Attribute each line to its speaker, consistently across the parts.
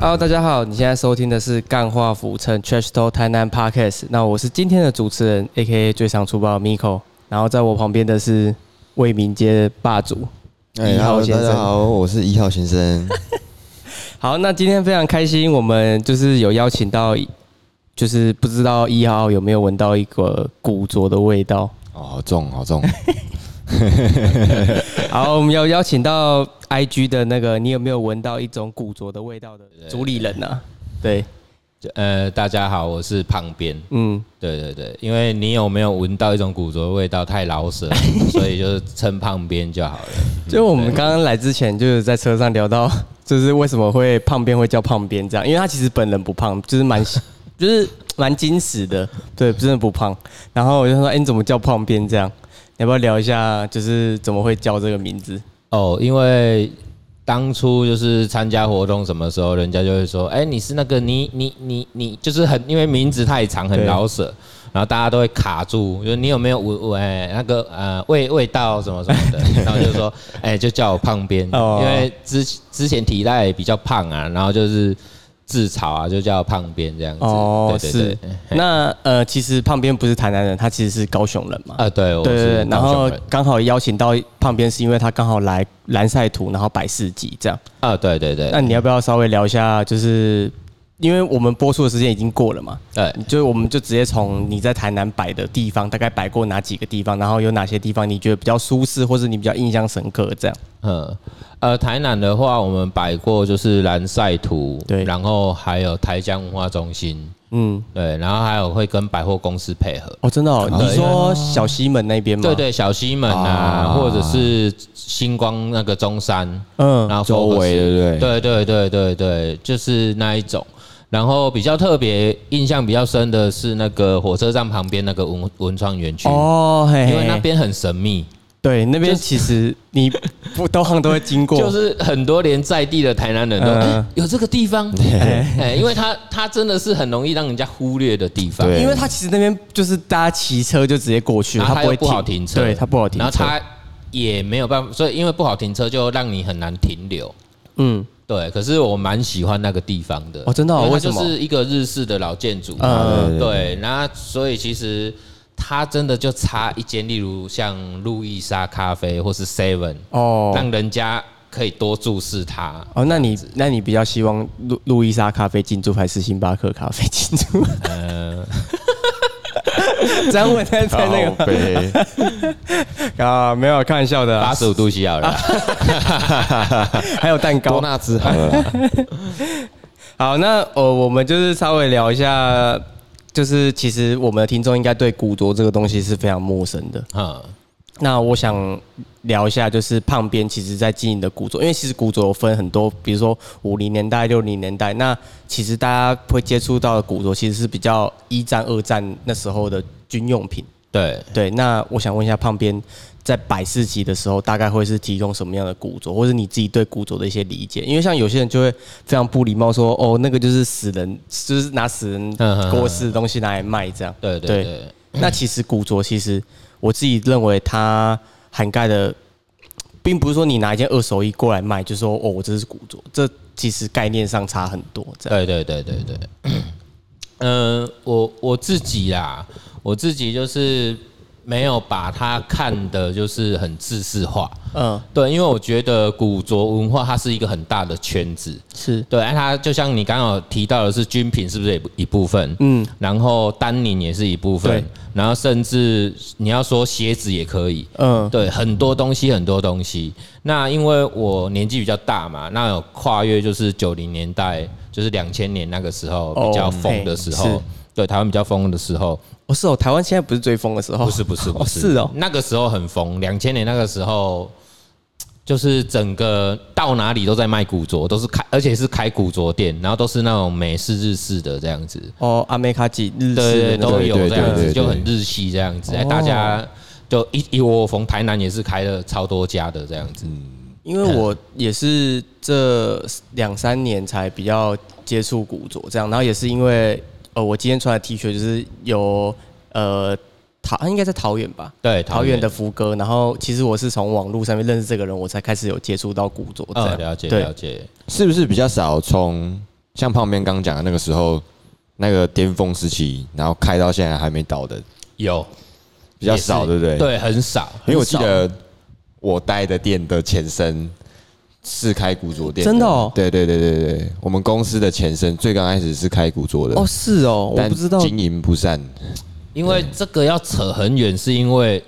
Speaker 1: Hello，大家好，你现在收听的是《干话浮称 Trash Talk 台南 Podcast》，那我是今天的主持人，A.K.A 最常出包的 Miko，然后在我旁边的是为民街霸主。
Speaker 2: 哎
Speaker 1: 一号
Speaker 2: ，Hello，
Speaker 1: 先
Speaker 2: 大
Speaker 1: 生
Speaker 2: 家好，我是一号先生。
Speaker 1: 好，那今天非常开心，我们就是有邀请到，就是不知道一号有没有闻到一个古着的味道。
Speaker 2: 哦，好重，好重。
Speaker 1: 好，我们要邀请到 IG 的那个，你有没有闻到一种古着的味道的主理人啊？对，
Speaker 3: 呃，大家好，我是胖边。
Speaker 1: 嗯，
Speaker 3: 对对对，因为你有没有闻到一种古着的味道太老舍了，所以就是称胖边就好了。
Speaker 1: 就我们刚刚来之前，就是在车上聊到，就是为什么会胖边会叫胖边这样，因为他其实本人不胖，就是蛮 就是蛮矜持的，对，真的不胖。然后我就说，哎、你怎么叫胖边这样？你要不要聊一下，就是怎么会叫这个名字？
Speaker 3: 哦，因为当初就是参加活动什么时候，人家就会说，哎、你是那个你你你你，就是很因为名字太长很
Speaker 1: 对
Speaker 3: 老舍，然后大家都会卡住，就是你有没有闻闻、哎那个呃味味道什么什 么的，然后就说，哎、就叫我胖边，
Speaker 1: 哦
Speaker 3: 因为之之前体态比较胖啊，然后就是自嘲啊，就叫胖边这样子。
Speaker 1: 哦，
Speaker 3: 对对对
Speaker 1: 是。那呃，其实胖边不是台南人，他其实是高雄人嘛。
Speaker 3: 啊，对，我
Speaker 1: 对对
Speaker 3: 是
Speaker 1: 对，然
Speaker 3: 高雄
Speaker 1: 后
Speaker 3: 人。
Speaker 1: 刚好邀请到胖边，是因为他刚好来蓝晒图，然后摆市集这样。
Speaker 3: 啊，对对对，
Speaker 1: 那你要不要稍微聊一下？就是因为我们播出的时间已经过了嘛，
Speaker 3: 对，
Speaker 1: 就是我们就直接从你在台南摆的地方，大概摆过哪几个地方，然后有哪些地方你觉得比较舒适，或是你比较印象深刻这样。
Speaker 3: 嗯，呃，台南的话，我们摆过就是蓝晒图，
Speaker 1: 对
Speaker 3: 然后还有台江文化中心，
Speaker 1: 嗯，
Speaker 3: 对，然后还有会跟百货公司配合，
Speaker 1: 哦，真的哦，
Speaker 3: 对
Speaker 1: 你说小西门那边吗？
Speaker 3: 对，对，小西门啊，
Speaker 2: 啊
Speaker 3: 或者是星光那个中山，
Speaker 1: 嗯，
Speaker 3: 然后
Speaker 2: 周
Speaker 3: Focus
Speaker 2: 围对不对
Speaker 3: 对对对对对，就是那一种。然后比较特别、印象比较深的是那个火车站旁边那个文文创园区，
Speaker 1: 哦，嘿嘿
Speaker 3: 因为那边很神秘。
Speaker 1: 对那边
Speaker 3: 就是
Speaker 1: 其实你不都行都会经过，
Speaker 3: 就是很多连在地的台南人都、
Speaker 1: 嗯
Speaker 3: 哎有这个 地方，哎、因为它它真的是很容易让人家忽略的地方，
Speaker 2: 对
Speaker 1: 因为它其实那边就是大家骑车就直接过去，
Speaker 3: 然啊后它
Speaker 1: 不
Speaker 3: 又
Speaker 1: 会
Speaker 3: 不好停车，
Speaker 1: 对，它不好停车，
Speaker 3: 然后它也没有办法，所以因为不好停车就让你很难停留。
Speaker 1: 嗯，
Speaker 3: 对，可是我蛮喜欢那个地方的
Speaker 1: 哦真的哦
Speaker 3: 因它
Speaker 1: 为什么
Speaker 3: 就是一个日式的老建筑，
Speaker 1: 嗯
Speaker 3: 嗯，对，那所以其实它真的就差一间，例如像路易莎咖啡或是 Seven，
Speaker 1: 哦，
Speaker 3: 让人家可以多注视它。
Speaker 1: 哦，那你那你比较希望路路易莎咖啡进驻还是星巴克咖啡进驻？
Speaker 2: 呃
Speaker 1: 这样问在在那
Speaker 2: 靠北
Speaker 1: 个 啊，没有开玩笑的啊、
Speaker 3: 八十五度 C 好了啦，
Speaker 1: 还有蛋糕
Speaker 2: 多。纳兹好了啦，
Speaker 1: 好，那呃，我们就是稍微聊一下，就是其实我们的听众应该对古着这个东西是非常陌生的。
Speaker 3: 嗯，
Speaker 1: 那我想聊一下，就是胖边其实在经营的古着，因为其实古着有分很多，比如说五零年代、六零年代，那其实大家会接触到的古着其实是比较一战、二战那时候的军用品。
Speaker 3: 对，
Speaker 1: 对，那我想问一下，胖边在百事集的时候，大概会是提供什么样的古着，或者你自己对古着的一些理解？因为像有些人就会非常不礼貌说，哦，那个就是死人，就是拿死人
Speaker 3: 嗯嗯嗯
Speaker 1: 过世的东西拿来卖这样。
Speaker 3: 对对对，
Speaker 1: 那其实古着其实我自己认为它涵盖的，并不是说你拿一件二手衣过来卖，就说哦，我这是古着，这其实概念上差很多。这样，
Speaker 3: 对对对对对。嗯，我我自己啦，我自己就是没有把它看的，就是很制式化。
Speaker 1: 嗯，
Speaker 3: 对，因为我觉得古着文化它是一个很大的圈子，
Speaker 1: 是，
Speaker 3: 对，哎它就像你刚刚有提到的是军品是不是也一部分？
Speaker 1: 嗯，
Speaker 3: 然后丹宁也是一部分
Speaker 1: 对，
Speaker 3: 然后甚至你要说鞋子也可以，
Speaker 1: 嗯，
Speaker 3: 对，很多东西，很多东西。那因为我年纪比较大嘛，那有跨越就是九零年代，就是两千年那个时候
Speaker 1: 哦
Speaker 3: 比较疯的时
Speaker 1: 嘿
Speaker 3: 候，
Speaker 1: 是
Speaker 3: 对台湾比较疯的时候，
Speaker 1: 不是哦，台湾现在不是追风的时候，
Speaker 3: 不是不是不
Speaker 1: 哦，是哦，
Speaker 3: 那个时候很疯，两千年那个时候。就是整个到哪里都在卖古着，都是开，而且是开古着店，然后都是那种美式、日式的这样子。
Speaker 1: 哦，阿美卡吉日
Speaker 3: 对对
Speaker 1: 式的那
Speaker 3: 都
Speaker 1: 种
Speaker 3: 有
Speaker 2: 对对
Speaker 3: 这样
Speaker 2: 对
Speaker 3: 子，
Speaker 2: 对
Speaker 3: 就很日系这样子，哎，
Speaker 1: 哦
Speaker 3: 大家就一一窝蜂，台南也是开了超多家的这样子，
Speaker 2: 嗯
Speaker 1: 因
Speaker 3: 嗯
Speaker 1: 为我也是这两三年才比较接触古着这样，然后也是因为呃，我今天穿的 T 恤就是有呃桃，他应该在桃园吧。
Speaker 3: 对，
Speaker 1: 桃园的福哥，然后其实我是从网络上面认
Speaker 2: 啊
Speaker 1: 识这个人，我才开始有接触到古着这
Speaker 3: 哦，
Speaker 1: 样。
Speaker 3: 了解
Speaker 1: 对
Speaker 3: 了解，
Speaker 2: 是不是比较少从像旁边刚讲的那个时候，那个巅峰时期，然后开到现在还没倒的
Speaker 3: 有
Speaker 2: 比较
Speaker 3: 也是
Speaker 2: 少，对不对？，
Speaker 3: 对，很少，
Speaker 2: 因为我
Speaker 3: 很
Speaker 2: 记
Speaker 3: 少
Speaker 2: 得我待的店的前身是开古着店，
Speaker 1: 真的哦
Speaker 2: 对对对对对，我们公司的前身最刚开始是开古着的，
Speaker 1: 哦，是哦，我
Speaker 2: 但
Speaker 1: 不知道
Speaker 2: 经营不善，
Speaker 3: 因为这个要扯很远，是因为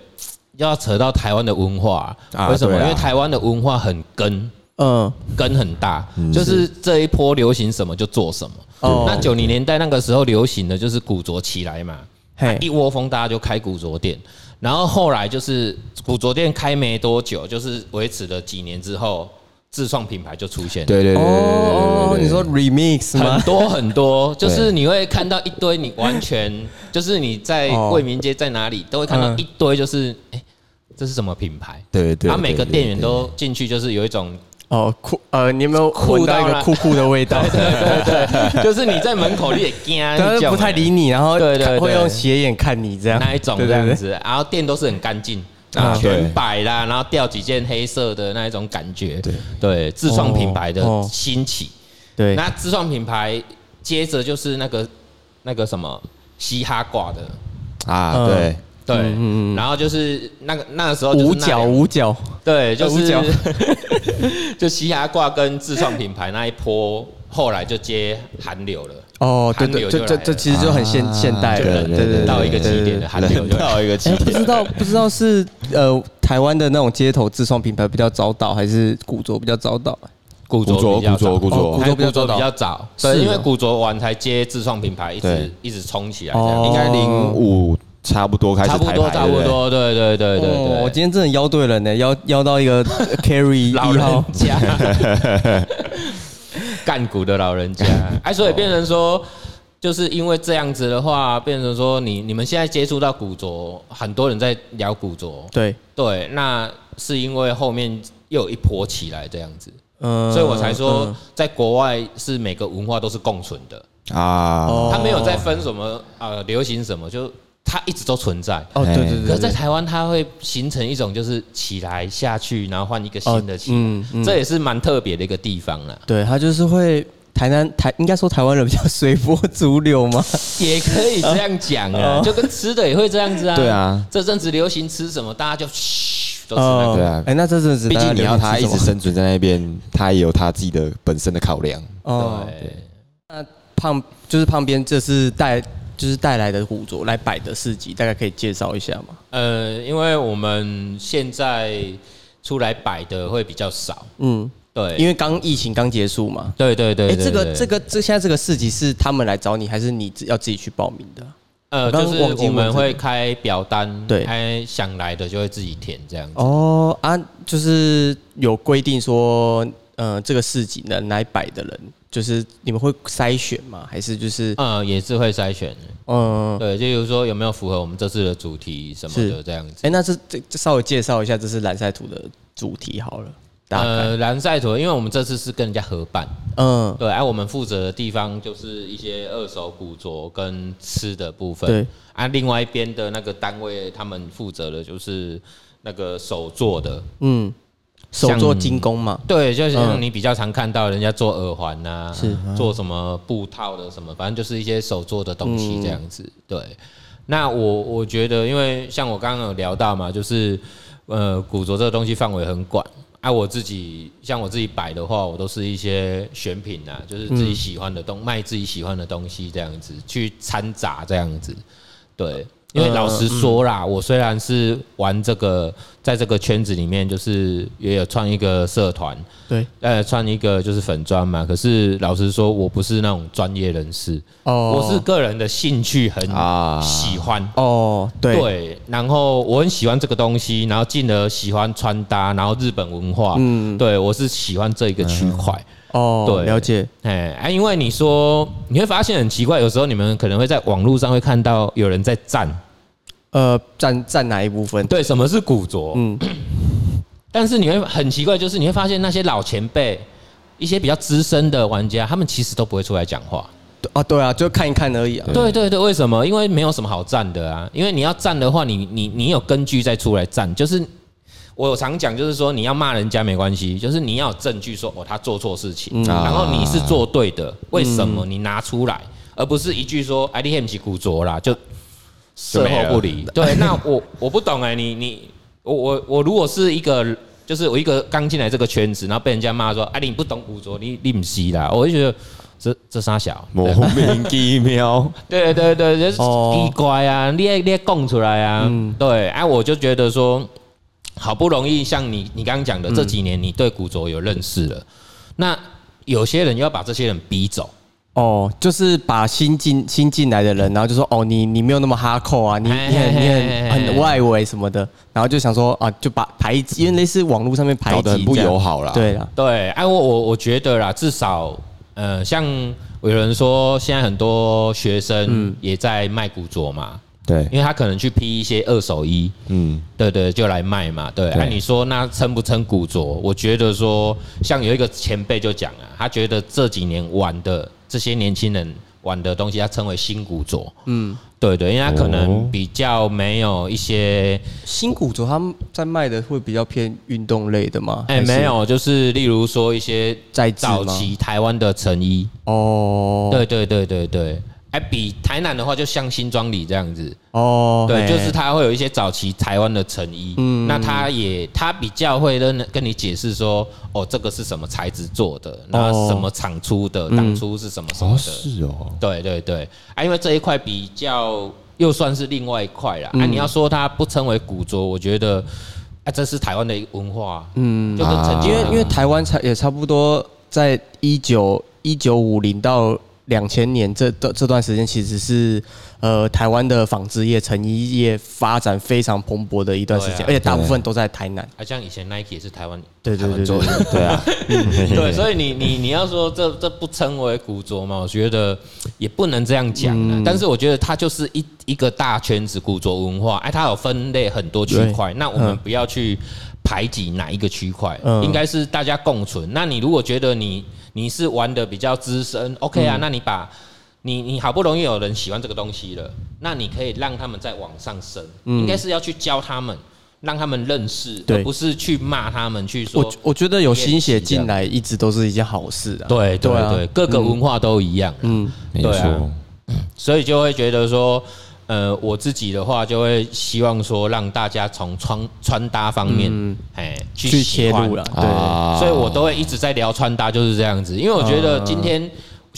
Speaker 3: 要扯到台湾的文化、
Speaker 2: 啊
Speaker 3: 为什么？
Speaker 2: 对啊
Speaker 3: 因为台湾的文化很根
Speaker 1: 嗯，
Speaker 3: 根很大，
Speaker 2: 嗯
Speaker 3: 就是这一波流行什么就做什么。
Speaker 1: 哦
Speaker 3: 那九零年代那个时候流行的就是古着起来嘛，
Speaker 2: 哎
Speaker 1: 嘿，
Speaker 3: 一窝蜂大家就开古着店，然后后来就是古着店开没多久，就是维持了几年之后，自创品牌就出现了。
Speaker 2: 对对对对
Speaker 1: 哦
Speaker 2: 对对对对
Speaker 1: 哦，你说 remix
Speaker 3: 很
Speaker 1: 吗？
Speaker 3: 多很多，就是你会看到一堆，你完全 就是你在
Speaker 1: 哦
Speaker 3: 惠民街在哪里都会看到
Speaker 1: 嗯
Speaker 3: 一堆，就是哎、诶这是什么品牌？
Speaker 2: 对对对，
Speaker 3: 然后每个
Speaker 2: 对
Speaker 3: 店员都进去，就是有一种，
Speaker 1: 哦，酷，呃，你有没有
Speaker 3: 酷
Speaker 1: 闻到一
Speaker 3: 到
Speaker 1: 个
Speaker 3: 了
Speaker 1: 酷酷的味 道？
Speaker 3: 就是你在门口你也 惊，
Speaker 1: 但
Speaker 3: 你
Speaker 1: 是
Speaker 3: 叫
Speaker 1: 不太理你，然后
Speaker 3: 对对对
Speaker 1: 会用斜眼看你这样，
Speaker 3: 那一种
Speaker 1: 对
Speaker 3: 这
Speaker 1: 对
Speaker 3: 样
Speaker 1: 对
Speaker 3: 子，然后店都是很干净。
Speaker 2: 啊
Speaker 3: 全
Speaker 2: 对
Speaker 3: 白啦，然后掉几件黑色的那一种感觉，对对，自创品牌的
Speaker 1: 哦哦
Speaker 3: 兴起，
Speaker 1: 对，
Speaker 3: 那自创品牌接着就是那个那个什么嘻哈挂的，
Speaker 2: 啊，
Speaker 1: 嗯
Speaker 2: 对，
Speaker 3: 对，
Speaker 1: 嗯
Speaker 3: 然后就是那个那个时候就是
Speaker 1: 五
Speaker 3: 那两
Speaker 1: 角五角，
Speaker 3: 对，就
Speaker 1: 五角
Speaker 3: 是 就嘻哈挂跟自创品牌那一波，后来就接韩流了，
Speaker 1: 哦，对
Speaker 3: 韩
Speaker 1: 对，
Speaker 3: 流
Speaker 1: 这
Speaker 3: 就
Speaker 1: 这
Speaker 3: 来
Speaker 1: 这
Speaker 3: 了
Speaker 1: 其实就很现
Speaker 2: 啊
Speaker 1: 现代
Speaker 3: 就
Speaker 1: 了，
Speaker 2: 冷
Speaker 1: 对对对，
Speaker 3: 冷到一个极点的韩流就来了
Speaker 2: 到一个极
Speaker 1: 哎，不
Speaker 2: 点
Speaker 1: 知，道不知道是呃台湾的那种街头自创品牌比较早倒，还是古着比较早倒？
Speaker 3: 古
Speaker 2: 古着古着古
Speaker 1: 哦古
Speaker 2: 着，
Speaker 1: 着
Speaker 3: 哎着
Speaker 1: 比较早
Speaker 3: 比较早，对，
Speaker 1: 是
Speaker 3: 因为
Speaker 1: 哦
Speaker 3: 古着完才接自创品牌，一直
Speaker 2: 对
Speaker 3: 一直冲起来这样。
Speaker 1: 哦
Speaker 2: 应该零五差不多开始
Speaker 3: 差不
Speaker 2: 抬
Speaker 3: 多，
Speaker 2: 牌，
Speaker 3: 差
Speaker 2: 对
Speaker 3: 不
Speaker 2: 对
Speaker 3: 多，对对对对
Speaker 1: 哦
Speaker 3: 对。
Speaker 1: 我今天真的邀对人呢，邀邀到 一个 carry
Speaker 3: 老
Speaker 1: 一
Speaker 3: 人
Speaker 1: 号，
Speaker 3: 家， 干股的老人家， 哎，所以变成说，就是因为这样子的话，变成说你你们现在接触到古着，很多人在聊古着，
Speaker 1: 对，
Speaker 3: 对，那是因为后面又有一波起来这样子，
Speaker 1: 嗯
Speaker 3: 呃所以我才说，在国外是每个文化都是共存的，
Speaker 1: 嗯哦
Speaker 2: 啊，
Speaker 3: 它没有在分什么呃流行什么，就它一直都存在。
Speaker 1: 哦，对对
Speaker 3: 哎可
Speaker 1: 对
Speaker 3: 是在
Speaker 1: 对，
Speaker 3: 台湾，它会形成一种就是起来下去，然后换一个
Speaker 1: 哦
Speaker 3: 新的起来。
Speaker 1: 嗯嗯，
Speaker 3: 这也是蛮特别的一个地方啦，
Speaker 1: 对他就是会台南台应该说台湾人比较随波逐流 嘛，
Speaker 3: 也可以这样 讲
Speaker 1: 哦
Speaker 3: 啊，就跟吃的也会这样子啊。
Speaker 2: 对啊，
Speaker 3: 这阵子流行吃什么，大家就嘘都吃那
Speaker 1: 哦
Speaker 3: 个。
Speaker 2: 对啊
Speaker 1: 哎，那这阵子
Speaker 2: 毕
Speaker 1: 大家
Speaker 2: 竟你要
Speaker 1: 流行
Speaker 2: 他
Speaker 1: 吃
Speaker 2: 一
Speaker 1: 什么
Speaker 2: 直生存在那边，他也有他自己的本身的考量。
Speaker 1: 哦，
Speaker 3: 对，
Speaker 1: 胖就是旁边这是带就是带来的古着来摆的市集，大概可以介绍一下吗？
Speaker 3: 呃，因为我们现在出来摆的会比较少，
Speaker 1: 嗯，
Speaker 3: 对，
Speaker 1: 因
Speaker 3: 为
Speaker 1: 为刚疫情刚结束嘛，
Speaker 3: 对对对，
Speaker 1: 哎、
Speaker 3: 对
Speaker 1: 这个
Speaker 3: 对
Speaker 1: 这个这现在这个市集是他们来找你，还是你自要自己去报名的？
Speaker 3: 呃，
Speaker 1: 我刚
Speaker 3: 就
Speaker 1: 刚
Speaker 3: 是
Speaker 1: 忘记
Speaker 3: 我
Speaker 1: 问
Speaker 3: 们
Speaker 1: 这
Speaker 3: 会
Speaker 1: 个
Speaker 3: 开表单，
Speaker 1: 对
Speaker 3: 哎，想来的就会自己填这样子。
Speaker 1: 哦啊，就是有规定说，呃，这个市集能来摆的人，就是你们会筛选吗？还是就是
Speaker 3: 呃，也是会筛选，
Speaker 1: 嗯，哎、
Speaker 3: 对，就比如说有没有符合我们这次的主题什么的
Speaker 1: 是哎
Speaker 3: 这样子。
Speaker 1: 那这这这稍微介绍一下，这是蓝晒图的主题好了，大概、
Speaker 3: 呃，蓝赛图，因为我们这次是跟人家合办，
Speaker 1: 嗯，
Speaker 3: 对，而、啊我们负责的地方就是一些二手古着跟吃的部分。
Speaker 1: 对，
Speaker 3: 啊，另外一边的那个单位，他们负责的就是那个手做的，
Speaker 1: 嗯，手
Speaker 3: 像
Speaker 1: 做精工嘛，
Speaker 3: 对，就像
Speaker 1: 嗯
Speaker 3: 你比较常看到人家做耳环呐、
Speaker 1: 是嗯
Speaker 3: 做什么布套的什么，反正就是一些手做的东
Speaker 1: 嗯
Speaker 3: 西这样子。对，那我我觉得，因为像我刚刚有聊到嘛，就是呃，古着这个东西范围很广。啊，我自己像我自己摆的话，我都是一些选品啊，就是自己喜欢的东，卖自己喜欢的东西这样子，去掺杂这样子。对，因为老实说啦，我虽然是玩这个，在这个圈子里面，就是也有创一个社团，
Speaker 1: 对，
Speaker 3: 呃，创一个就是粉砖嘛。可是老实说，我不是那种专业人士，我是个人的兴趣很
Speaker 2: 啊
Speaker 3: 喜欢。
Speaker 1: 哦，对，
Speaker 3: 对，然后我很喜欢这个东西，然后进而喜欢穿搭，然后日本文化，嗯，对我是喜欢这一个区块，
Speaker 1: 哦，
Speaker 3: 对
Speaker 1: 了解，
Speaker 3: 哎、啊，因为你说你会发现很奇怪，有时候你们可能会在网络上会看到有人在赞，
Speaker 1: 呃，占占哪一部分？
Speaker 3: 对，什么是古着？嗯
Speaker 1: 嗯，
Speaker 3: 但是你会很奇怪，就是你会发现那些老前辈、一些比较资深的玩家，他们其实都不会出来讲话。
Speaker 1: 啊，对啊，就看一看而已啊。
Speaker 3: 对对对，为什么？因为没有什么好站的啊。因为你要站的话，你你你有根据再出来站，就是我常讲就是说，你要骂人家没关系，就是你要有证据说哦他做错事情，
Speaker 2: 啊
Speaker 3: 然后你是做对的，为什
Speaker 2: 嗯
Speaker 3: 么你拿出来，而不是一句说啊 I D M 是古着啦，就
Speaker 2: 就
Speaker 3: 事
Speaker 2: 没了
Speaker 3: 后不理。对，那我我不懂哎、你你我我我如果是一个。就是我一个刚进来这个圈子，然后被人家骂说：“哎、你不懂古着，你你不是啦。”我就觉得这这傻小，
Speaker 2: 莫名其妙，
Speaker 3: 对对对，就是
Speaker 1: 哦
Speaker 3: 奇怪啊，你也你也供出来啊，对，哎、我就觉得说，好不容易像你你刚刚讲的这几年，你对古着有认识了，那有些人又要把这些人逼走，
Speaker 1: 哦，就是把新进新进来的人，然后就说哦，你你没有那么哈扣啊，你
Speaker 3: 哎
Speaker 1: 你很你
Speaker 3: 哎
Speaker 1: 很
Speaker 3: 哎
Speaker 1: 很外围什么的，然后就想说啊，就把排挤，因为类似网络上面排
Speaker 2: 搞
Speaker 1: 挤
Speaker 2: 得
Speaker 1: 这样，
Speaker 2: 很不友好啦。
Speaker 1: 对啊啦，
Speaker 3: 对，哎、我我我觉得啦，至少呃，像有人说，现在很多学生也在卖古着嘛，
Speaker 2: 对，
Speaker 3: 因为他可能去批一些二手衣，
Speaker 2: 嗯，
Speaker 3: 对对，就来卖嘛。对，
Speaker 2: 对
Speaker 3: 那、你说那称不称古着？我觉得说，像有一个前辈就讲啊，他觉得这几年玩的这些年轻人玩的东西，他称为新古着。嗯，对对，因为他可
Speaker 2: 哦
Speaker 3: 能比较没有一些，
Speaker 1: 新古着他们在卖的会比较偏运动类的吗？
Speaker 3: 哎、
Speaker 1: 还是
Speaker 3: 没有，就是例如说一些
Speaker 1: 在制吗
Speaker 3: 早期台湾的成衣，
Speaker 1: 哦，
Speaker 3: 对对对对对。哎，比台南的话，就像新庄里这样子，
Speaker 1: 哦，
Speaker 3: 对，
Speaker 1: 嘿
Speaker 3: 就是它会有一些早期台湾的成衣，
Speaker 1: 嗯
Speaker 3: 那它也它比较会跟跟你解释说，哦，这个是什么材质做的，然后什么厂出的，当初是什么什么
Speaker 2: 哦，
Speaker 1: 嗯
Speaker 3: 的，
Speaker 2: 是哦，
Speaker 3: 对对对，啊，因为这一块比较又算是另外一块
Speaker 1: 嗯
Speaker 3: 啦，啊，你要说它不称为古着，我觉得。啊，这是台湾的一个文化，嗯，就跟曾经
Speaker 1: 因为因为台湾差也差不多在一九一九五零到两千年这段这段时间，其实是呃台湾的纺织业、成衣业发展非常蓬勃的一段时间，
Speaker 3: 对啊
Speaker 1: 而且大部分都在台南。
Speaker 3: 啊，像以前 Nike 也是台湾，
Speaker 1: 对对
Speaker 3: 台湾
Speaker 1: 对
Speaker 3: 做的，
Speaker 2: 对啊，
Speaker 3: 对，所以你你你要说这这不称为古着嘛？我觉得也不能这样讲啊。
Speaker 1: 嗯
Speaker 3: 但是我觉得它就是一一个大圈子古着文化，哎，它有分类很多区块。那我们不要去排挤哪一个区块，
Speaker 1: 嗯
Speaker 3: 应该是大家共存。那你如果觉得你你是玩的比较资深，OK
Speaker 1: 嗯
Speaker 3: 啊，那你把。你你好不容易有人喜欢这个东西了，那你可以让他们再往上升，应该是要去教他们，让他们认识，
Speaker 1: 嗯对
Speaker 3: 而不是去骂他们，去说
Speaker 1: 我我觉得有新血进来一直都是一件好事啊。
Speaker 3: 对对
Speaker 1: 啊
Speaker 3: 对，各个文化都一样，
Speaker 1: 嗯，
Speaker 2: 没
Speaker 3: 对啊
Speaker 2: 错，
Speaker 3: 所以就会觉得说，呃，我自己的话就会希望说，让大家从穿穿搭方面，哎、去
Speaker 1: 嗯去
Speaker 3: 喜
Speaker 1: 切
Speaker 3: 欢
Speaker 1: 入了，，对，
Speaker 2: 啊
Speaker 3: 所以我都会一直在聊穿搭，就是这样子，因为我觉
Speaker 1: 啊
Speaker 3: 得今天。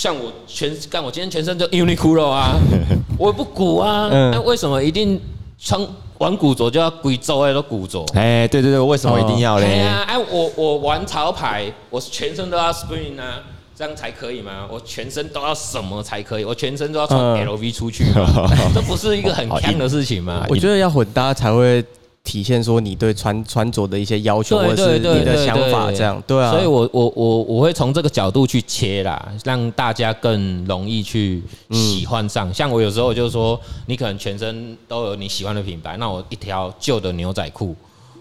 Speaker 3: 像我全干，我今天全身就 Uniqlo 啊， 我不鼓啊，
Speaker 1: 嗯
Speaker 3: 那、为什么一定穿玩古着就要贵州哎都古着？
Speaker 2: 哎，对对对，为什么一定要
Speaker 3: 哎
Speaker 2: 嘞？
Speaker 3: 呀，哎，我我玩潮牌，我全身都要 Spring 啊，这样才可以吗？我全身都要什么才可以？我全身都要穿
Speaker 1: 嗯
Speaker 3: LV 出 去吗，
Speaker 1: 哦
Speaker 3: 这不哦是一个很坑的事情吗？
Speaker 1: 我觉得要混搭才会体现说你对穿穿着的一些要求，或
Speaker 3: 对
Speaker 1: 者是
Speaker 3: 对对
Speaker 1: 你的
Speaker 3: 对
Speaker 1: 想法这样，对啊。
Speaker 3: 哦所以我我我我会从这个角度去切啦，让大家更容易去喜欢上。嗯像我有时候就说，你可能全身都有你喜欢的品牌，那我一条旧的牛仔裤，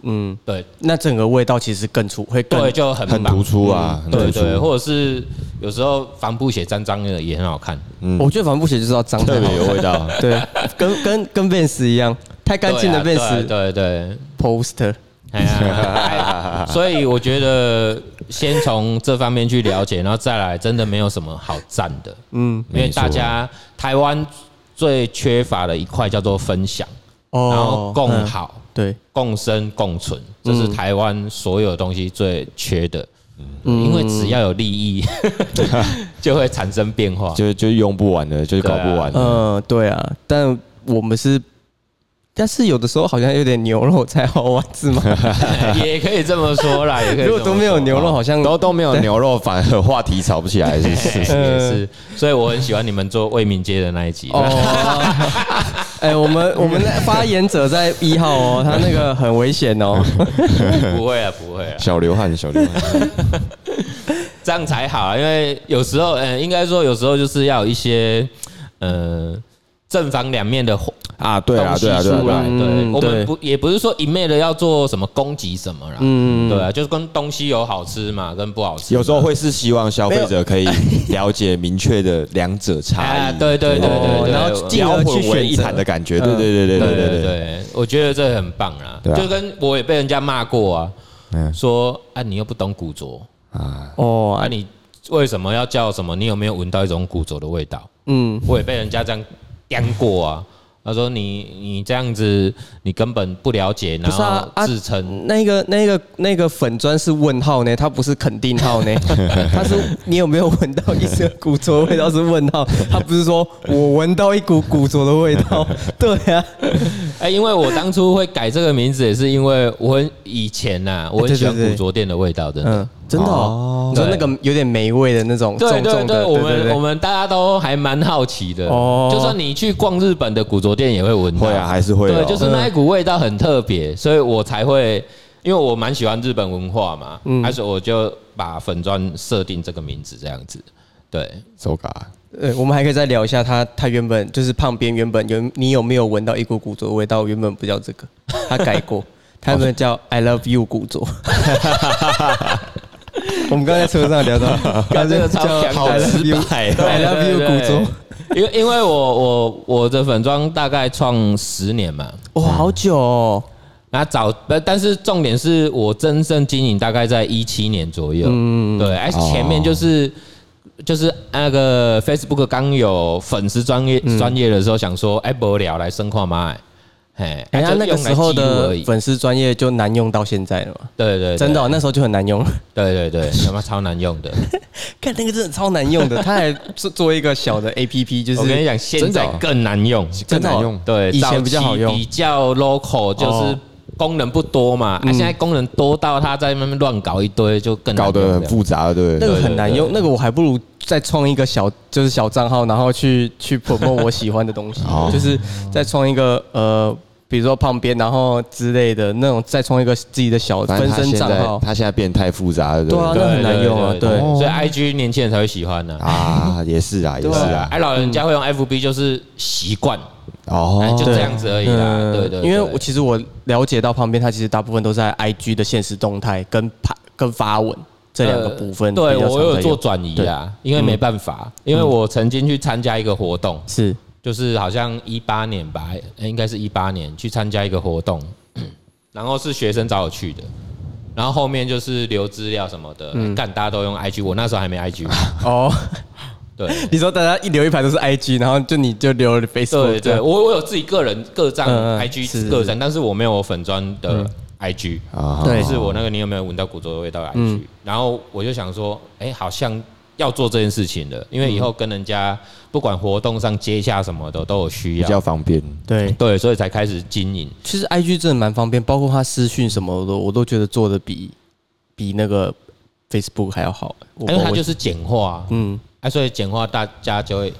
Speaker 3: 嗯，对
Speaker 1: 那整个味道其实更出会更
Speaker 3: 对，就很
Speaker 2: 很
Speaker 3: 棒
Speaker 2: 突出啊，
Speaker 1: 嗯
Speaker 2: 很
Speaker 3: 对
Speaker 2: 突
Speaker 3: 对，
Speaker 2: 出，
Speaker 3: 或者是有时候帆布鞋脏脏的也很好看，
Speaker 1: 我觉得帆布鞋就是要脏
Speaker 2: 嗯特
Speaker 1: 才好
Speaker 2: 别有味 道。
Speaker 1: 对，跟跟跟 Vans 一样，太干净的
Speaker 3: 对啊
Speaker 1: Vans
Speaker 3: 对对对，
Speaker 1: poster。
Speaker 3: 哎 呀，哎所以我觉得先从这方面去了解，然后再来，真的没有什么好赞的，嗯，因为
Speaker 2: 没错
Speaker 3: 大家台湾最缺乏的一块叫做分享，
Speaker 1: 哦
Speaker 3: 然后共
Speaker 1: 嗯
Speaker 3: 好、
Speaker 1: 对，
Speaker 3: 共生、共存，这是台湾所有东西最缺的，
Speaker 1: 嗯
Speaker 3: 因为只要有 利益，就会产生变化。
Speaker 2: 就就用不完的，就是搞不完的。
Speaker 1: 嗯，对啊，但我们是，但是有的时候好像有点牛肉才好玩，是 吗？
Speaker 3: 也可以这么说啦，也可以。
Speaker 1: 如果都没有牛肉，好像哦
Speaker 2: 都都没有牛肉，反而话题吵不起来，是不
Speaker 3: 也
Speaker 2: 是？
Speaker 3: 是，所以我很喜欢你们做为民街的那一集。
Speaker 1: 呃哦，哎，我们我们的发言者在一号哦，他那个很危险哦。
Speaker 3: 不会啊，不会啊，
Speaker 2: 小流汗，小流汗，
Speaker 3: 这样才好啊。因为有时候，嗯，应该说有时候就是要有一些，呃，正反两面的
Speaker 2: 啊，对啊，对啊，对啊，
Speaker 3: 出
Speaker 2: 对
Speaker 3: 来，
Speaker 2: 啊，
Speaker 3: 对，
Speaker 1: 嗯
Speaker 3: 我
Speaker 1: 对
Speaker 3: 们不也不是说一昧的要做什么攻击什么啦，
Speaker 1: 嗯
Speaker 3: 对啊，就是跟东西有好吃嘛，跟不好吃嘛，
Speaker 2: 有时候会是希望消费者可以了解明确的两者差
Speaker 3: 哎
Speaker 2: 异，
Speaker 3: 对对对对
Speaker 1: 哦
Speaker 3: 对，
Speaker 1: 然后
Speaker 3: 对
Speaker 1: 进
Speaker 2: 交
Speaker 1: 而去
Speaker 2: 混为一
Speaker 1: 选择
Speaker 2: 谈的感觉，对对对对对
Speaker 3: 对对
Speaker 2: 对对，
Speaker 3: 对，我觉得这很棒啦
Speaker 2: 对，啊
Speaker 3: 就跟我也被人家骂过啊，
Speaker 2: 嗯
Speaker 3: 说啊你又不懂古着，
Speaker 2: 啊，
Speaker 1: 哦，
Speaker 3: 啊
Speaker 1: 啊，
Speaker 3: 你为什么要叫什么？你有没有闻到一种古着的味道？
Speaker 1: 嗯，
Speaker 3: 我也被人家这样刁过啊。他说你你这样子，你根本不了解，然
Speaker 1: 不是啊
Speaker 3: 后自称
Speaker 1: 那个那个那个粉砖是问号呢，它不是肯定号 呢，它是你有没有闻到一丝古着的味道是问号，它不是说我闻到一股古着的味道， 对啊，
Speaker 3: 哎、因为我当初会改这个名字，也是因为我很以前呐、我很喜欢
Speaker 1: 哎对对对
Speaker 3: 古着店的味道，真的。
Speaker 1: 嗯，真的哦，你说那个有点霉味的那种，
Speaker 3: 对
Speaker 1: 重
Speaker 3: 对
Speaker 1: 重
Speaker 3: 对，
Speaker 1: 的，
Speaker 3: 我
Speaker 1: 对
Speaker 3: 们
Speaker 1: 对
Speaker 3: 我们大家都还蛮好奇的，
Speaker 1: 哦
Speaker 3: 就算你去逛日本的古着店也会闻到，
Speaker 2: 会啊，还是会
Speaker 3: 对，
Speaker 2: 哦，
Speaker 3: 就是那一股味道很特别，所以我才会，因为我蛮喜欢日本文化嘛，而且我就把粉砖设定这个名字这样子，对，
Speaker 2: 手嘎，
Speaker 1: 呃，我们还可以再聊一下它，它原本就是胖边原本有你有没有闻到一股古着的味道？原本不叫这个，它改 过，它原本叫 I love you 古着。 我们刚才在车上聊到，
Speaker 3: 干这个超
Speaker 1: 叫
Speaker 3: 强的
Speaker 1: I love you
Speaker 2: 直白
Speaker 1: I love you 古着，
Speaker 3: 因为因为我我我的粉妆大概创十年嘛，
Speaker 1: 哇，好久哦，
Speaker 3: 那早，但但是重点是我真正经营大概在一七年左右，嗯，对，哎，
Speaker 1: 哦
Speaker 3: 前面就是、就是那个 Facebook 刚有粉丝专业
Speaker 1: 嗯
Speaker 3: 专业的时候，想说哎无聊来生化嘛，哎，
Speaker 1: 哎
Speaker 3: 哎
Speaker 1: 呀，那个时候的
Speaker 3: 对
Speaker 1: 粉丝专业就难用到现在了嘛，
Speaker 3: 对对，
Speaker 1: 真的哦，那时候就很难 用。
Speaker 3: 对对对，他妈超难用的。
Speaker 1: 看那个真的超难用的，他还做做一个小的 A P P，就是
Speaker 3: 我跟你讲，现
Speaker 2: 真的
Speaker 3: 在
Speaker 2: 哦
Speaker 3: 更难用，
Speaker 2: 更
Speaker 1: 哦
Speaker 2: 难用
Speaker 3: 对，
Speaker 1: 以前
Speaker 3: 早期
Speaker 1: 比较好用
Speaker 3: 比较 local，就是
Speaker 1: 哦嗯
Speaker 3: 功能不多嘛。啊，现在功能多到他在那边乱搞一堆，就更 难
Speaker 2: 搞得
Speaker 3: 用
Speaker 2: 很
Speaker 3: 了
Speaker 2: 复杂，对
Speaker 1: 那
Speaker 2: 不对？
Speaker 1: 个很难用
Speaker 3: 对，对
Speaker 1: 那个我还不如再创一个小，就是小账号，然后去去 promote 我喜欢的东西
Speaker 2: 哦，
Speaker 1: 就是再创一个呃，比如说旁边然后之类的那种，再创一个自己的小
Speaker 2: 反正
Speaker 1: 分
Speaker 2: 他
Speaker 1: 身
Speaker 2: 现
Speaker 1: 账
Speaker 2: 在
Speaker 1: 号。
Speaker 2: 他现在变太复杂了，对
Speaker 1: 对
Speaker 2: 不
Speaker 1: 啊
Speaker 2: 对？
Speaker 1: 那很难用啊对
Speaker 3: 所以 IG 年轻人才会喜欢呢。
Speaker 2: 哦啊，也是啊，也
Speaker 3: 对
Speaker 2: 是啊
Speaker 3: 哎，，老人家会用 FB 就是习惯，哎，
Speaker 2: 哦，
Speaker 3: 就这样子而已啦。对对，对
Speaker 1: 嗯因为我其实我了解到旁边，它其实大部分都在 IG 的现实动态跟拍跟发文这两个部分比较
Speaker 3: 呃
Speaker 1: 常
Speaker 3: 对
Speaker 1: 在用。嗯
Speaker 3: 我有做转移啊，因为没办法，因为我曾经去参加一个活动，
Speaker 1: 是
Speaker 3: 就是好像一八年吧，欸应该是一八年去参加一个活动， 然后是学生找我去的，然后后面就是留资料什么的，
Speaker 1: 嗯
Speaker 3: 干、大家都用 IG，我那时候还没 IG，
Speaker 1: 哦，
Speaker 3: 对
Speaker 1: 你说大家一留一排都是 IG，然后就你就留了 Facebook，
Speaker 3: 对
Speaker 1: 这样
Speaker 3: 对，我我有自己个人个账、
Speaker 1: 嗯嗯
Speaker 3: IG
Speaker 1: 是嗯哦
Speaker 3: 个账，但是我没有我粉砖的 IG，、
Speaker 2: 啊
Speaker 1: 对
Speaker 3: 就是我那个你有没有闻到古着的味道的 IG，、然
Speaker 1: 嗯
Speaker 3: 后我就想说，哎、好像。要做这件事情的，因为
Speaker 1: 嗯
Speaker 3: 以后跟人家不管活动上接洽什么的都有需
Speaker 2: 比
Speaker 3: 要
Speaker 2: 较，方便，
Speaker 1: 对。
Speaker 3: 对，所以才开始经营。
Speaker 1: 其实 IG 真的蛮方便，包括它私讯什么的，我都觉得做的比比那个 Facebook 还要好。我
Speaker 3: 因为它
Speaker 1: 我
Speaker 3: 就是简化，
Speaker 1: 嗯，
Speaker 3: 啊，所以简化大家就会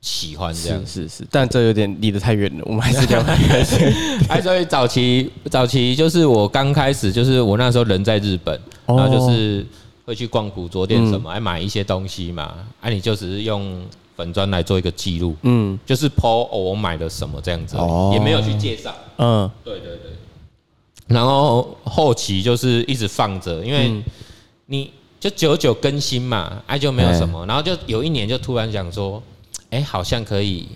Speaker 3: 喜欢这样
Speaker 1: 是。是是，但这有点离得太远了，我们还是 聊还是
Speaker 3: 哎，所以早期早期就是我刚开始，就是我那时候人在日本，然
Speaker 1: 哦
Speaker 3: 后就是会去逛古着店什么，哎，买一些东西嘛，啊，你就只是用粉砖来做一个记录，
Speaker 1: 嗯
Speaker 3: 就是 PO 哦，我买了什么这样子而已
Speaker 2: 哦，
Speaker 3: 也没有去介绍。
Speaker 1: 嗯
Speaker 3: 对对对。然后后期就是一直放着，因为你就久久更新嘛，哎、就没有什么。然后就有一年就突然想说，哎、好像可以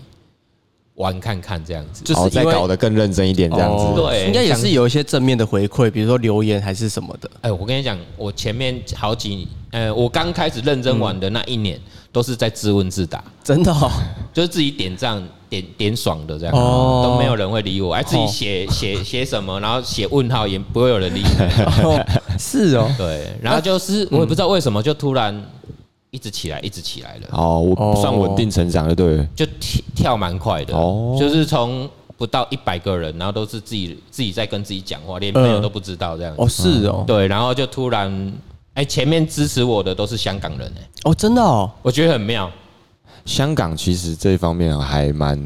Speaker 3: 玩看看这样子。
Speaker 1: 就是
Speaker 2: 哦，再
Speaker 1: 因为
Speaker 2: 搞得更认真一点，这样
Speaker 1: 哦
Speaker 2: 子，
Speaker 3: 对
Speaker 1: 应该也是有一些正面的回馈，比如说留言还是什么的。
Speaker 3: 哎、我跟你讲，我前面好几，呃，我刚开始认真玩的那一年，都是在自问自答，
Speaker 1: 真的哦，
Speaker 3: 就是自己点赞点点爽的这样，
Speaker 1: 哦
Speaker 3: 都没有人会理我，哎、自己
Speaker 1: 哦
Speaker 3: 写写写什么，然后写问号也不会有人理你。
Speaker 1: 哦是哦，
Speaker 3: 对，然后就是我也不知道为什么就突然一直起来，一直起来了，
Speaker 2: 哦，我算稳定成长就对了，
Speaker 3: 就跳跳蛮快的，
Speaker 2: 哦
Speaker 3: 就是从不到一百个人，然后都是自己自己在跟自己讲话，连朋友
Speaker 1: 嗯
Speaker 3: 都不知道这样子。
Speaker 1: 哦是哦，
Speaker 3: 对，然后就突然，哎、前面支持我的都是香港人、哎，
Speaker 1: 哦真的哦，
Speaker 3: 我觉得很妙。
Speaker 2: 香港其实这方面还蛮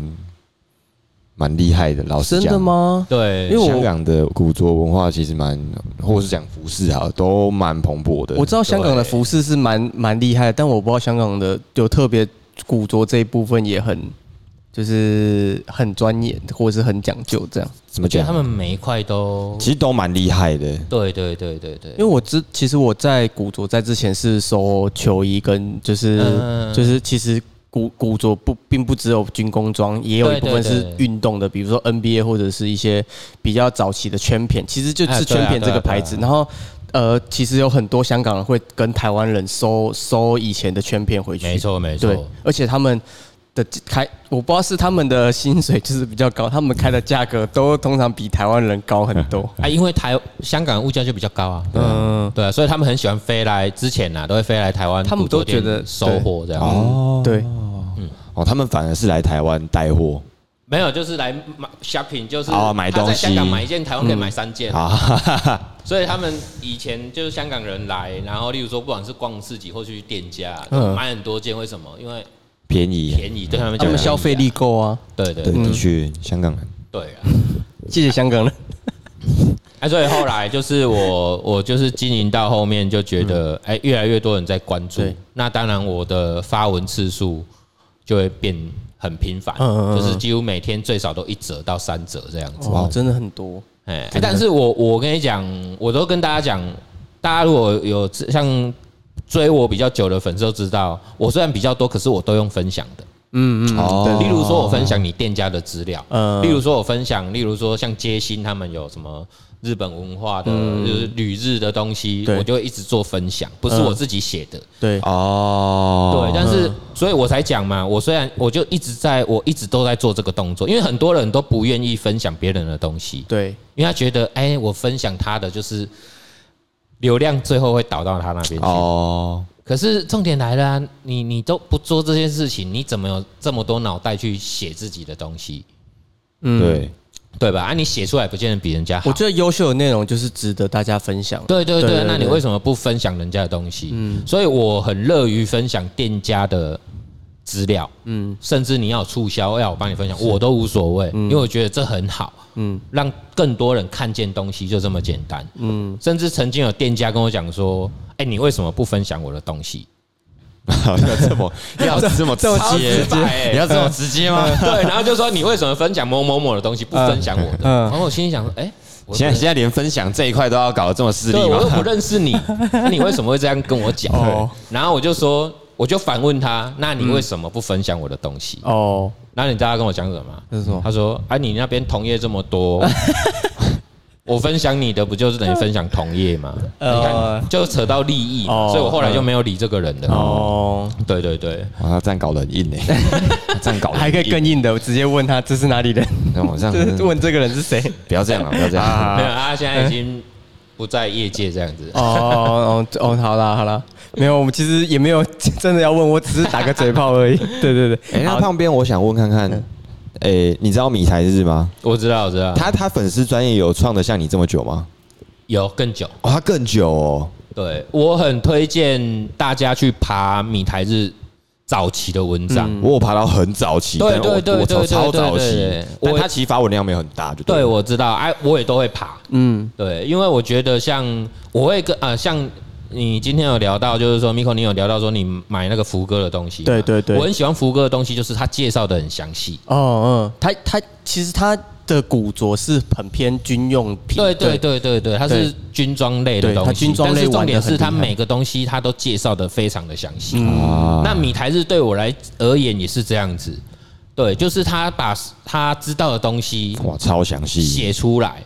Speaker 2: 蛮厉害的，老实
Speaker 1: 真
Speaker 2: 讲，
Speaker 1: 的？吗？
Speaker 3: 对，
Speaker 1: 因为我
Speaker 2: 香港的古着文化其实蛮，或是讲服饰啊，都蛮蓬勃的。
Speaker 1: 我知道香港的服饰是蛮蛮厉害的，但我不知道香港的有特别古着这一部分也很就是很专业或者是很讲究这样。
Speaker 2: 怎么
Speaker 3: 觉得
Speaker 2: 讲
Speaker 3: 他？们每一块都，
Speaker 2: 其实都蛮厉害的，
Speaker 3: 对对对对对
Speaker 1: 因为，我之其实我在古着在之前是收球衣跟就是、
Speaker 3: 嗯
Speaker 1: 就是其实古古着不并不只有军工装，也有一部分
Speaker 3: 对对
Speaker 1: 是
Speaker 3: 对
Speaker 1: 运动的，比如说 NBA 或者是一些比较早期的圈片，其实就
Speaker 3: 哎
Speaker 1: 是
Speaker 3: 对啊
Speaker 1: 圈片这
Speaker 3: 对
Speaker 1: 个
Speaker 3: 啊对啊
Speaker 1: 牌子，然后。呃，其实有很多香港人会跟台湾人收收以前的圈片回去，
Speaker 3: 没错嗯没
Speaker 1: 对
Speaker 3: 错，，。
Speaker 1: 而且他们的开，我不知道是他们的薪水就是比较高，他们开的价格都通常比台湾人高很多
Speaker 3: 啊，因为台香港物价就比较高啊，
Speaker 1: 嗯，
Speaker 3: 对啊，所以他们很喜欢飞来之前啊，都会飞来台湾，
Speaker 1: 他们都觉得
Speaker 3: 收获这样。
Speaker 1: 对，
Speaker 2: 哦，他们反而是来台湾带货
Speaker 3: 没有，就是来买 shopping，就是
Speaker 2: 哦买
Speaker 3: 他在
Speaker 2: 东西
Speaker 3: 香港买一件，台湾可以买三件。
Speaker 2: 啊，
Speaker 3: 所以他们以前就是香港人来，然后例如说不管是逛市集或去店家，
Speaker 1: 嗯
Speaker 3: 买很多件，为什么？因为
Speaker 2: 便宜，
Speaker 3: 便宜，对他们
Speaker 1: 他
Speaker 3: 讲
Speaker 1: 们消费力，够啊，
Speaker 3: 对对
Speaker 2: 对，
Speaker 3: 对
Speaker 2: 的确，香港人
Speaker 3: 对啊。
Speaker 1: 谢谢香港人。
Speaker 3: 哎，所以后来就是我，我就是经营到后面就觉得，哎，越来越多人在关注
Speaker 1: 对。
Speaker 3: 那当然，我的发文次数就会变很频繁，
Speaker 1: 嗯嗯嗯哦
Speaker 3: 就是几乎每天最少都一折到三折这样子。
Speaker 1: 哇，真的很多。
Speaker 3: 哎，但是我我跟你讲，我都跟大家讲，大家如果有像追我比较久的粉丝都知道，我虽然比较多，可是我都用分享的。
Speaker 1: 嗯嗯，
Speaker 2: 哦
Speaker 3: 呃例如说我分享你店家的资料，
Speaker 1: 嗯
Speaker 3: 例如说我分享，例如说像街心他们有什么日本文化的，
Speaker 2: 嗯
Speaker 3: 就是旅日的东西，
Speaker 1: 对
Speaker 3: 我就会一直做分享，不是我自己写的，
Speaker 1: 对，
Speaker 2: 哦嗯
Speaker 3: 对，，但是所以我才讲嘛，我虽然我就一直在我一直都在做这个动作，因为很多人都不愿意分享别人的东西，
Speaker 1: 对，
Speaker 3: 因为他觉得，哎、我分享他的就是流量最后会导到他那边去。
Speaker 2: 哦，
Speaker 3: 可是重点来了、啊，你你都不做这件事情，你怎么有这么多脑袋去写自己的东西，
Speaker 1: 嗯，。
Speaker 2: 对，
Speaker 3: 对吧？啊，你写出来不见得比人家好。
Speaker 1: 我觉得优秀的内容就是值得大家分享。
Speaker 3: 对对
Speaker 1: 对
Speaker 3: 对，
Speaker 1: 对
Speaker 3: 那你
Speaker 1: 对
Speaker 3: 为什么不分享人家的东西？嗯，所以我很乐于分享店家的资料，嗯，甚至你要有促销，要我帮你分享，我都无所谓，因为我觉得这很好，嗯，让更多人看见东西就这么简单，嗯，甚至曾经有店家跟我讲说，哎，你为什么不分享我的东西？
Speaker 2: 好要这么要这么直
Speaker 3: 超
Speaker 2: 接
Speaker 3: 直白，欸
Speaker 2: 你要这么直接吗？
Speaker 3: 对，然后就说你为什么分享某某某的东西不分享我的？
Speaker 1: 嗯
Speaker 3: 然后我心里想说，哎，我
Speaker 2: 现在现在连分享这一块都要搞得这么势
Speaker 3: 对，
Speaker 2: 利
Speaker 3: 我又不
Speaker 2: 吗？
Speaker 3: 认识 你，那你为什么会这样跟我讲？
Speaker 1: 哦
Speaker 3: 然后我就说，我就反问他，那你为什么不分享我的东西？
Speaker 1: 哦，
Speaker 3: 然后你知道他跟我讲什么吗？
Speaker 1: 是什么
Speaker 3: 嗯他说：“啊，你那边同业这么多，我分享你的不就是等于分享同业 吗？
Speaker 1: 呃
Speaker 3: 你看，就扯到利益嘛，
Speaker 1: 哦
Speaker 3: 所以我后来就没有理这个人了。
Speaker 1: 哦，
Speaker 3: 对对对，
Speaker 2: 哇，他这样搞得很硬哎， 他这样搞得很
Speaker 1: 还可以更
Speaker 2: 硬，
Speaker 1: 硬的，我直接问他这是哪里人，
Speaker 2: 那我这 样
Speaker 1: 就是问这个人是谁。
Speaker 2: 不要这样啊，不要这样。
Speaker 3: 没有，他现在已经不在业界这样子。
Speaker 1: 哦哦哦，好啦好啦，没有，我们其实也没有 真的要问，我只是打个嘴炮而已。对对
Speaker 2: 哎，
Speaker 1: 对，
Speaker 2: 那
Speaker 1: 好，
Speaker 2: 旁边我想问看
Speaker 3: 嗯
Speaker 2: 看，哎，你知道米台日吗？
Speaker 3: 我知道，我知道，
Speaker 2: 他他粉丝专业有创的像你这么久吗？
Speaker 3: 有更久。
Speaker 2: 哦，他更久哦。
Speaker 3: 对我很推荐大家去爬米台日早期的文章。
Speaker 2: 我有爬到很早期，但
Speaker 3: 对
Speaker 2: 我
Speaker 3: 对对
Speaker 2: 我
Speaker 3: 对
Speaker 2: 超
Speaker 3: 对
Speaker 2: 超
Speaker 3: 对
Speaker 2: 早
Speaker 3: 对
Speaker 2: 期
Speaker 3: 对，
Speaker 2: 但
Speaker 3: 我
Speaker 2: 他其实发文量没有很大，就
Speaker 3: 对，
Speaker 2: 了
Speaker 3: 我知道，哎，我也都会爬。
Speaker 1: 嗯，
Speaker 3: 对，因为我觉得像我会跟呃，像你今天有聊到，就是说 Miko，你有聊到说你买那个福哥的东西嘛。
Speaker 1: 对对对
Speaker 3: 我很喜欢福哥的东西，就是他介绍的很详细。
Speaker 1: 哦嗯，他他其实他的古着是很偏军用品，
Speaker 3: 对对对对对，它是军装类的
Speaker 1: 对
Speaker 3: 东西，
Speaker 1: 它军装类
Speaker 3: 但是重点是它
Speaker 1: 玩得很厉害嗯
Speaker 3: 每个东西它都介绍的非常的详细。
Speaker 2: 啊
Speaker 3: 那米台日对我来而言也是这样子，对，就是他把他知道的东西
Speaker 2: 哇，超详细。
Speaker 3: 写出来，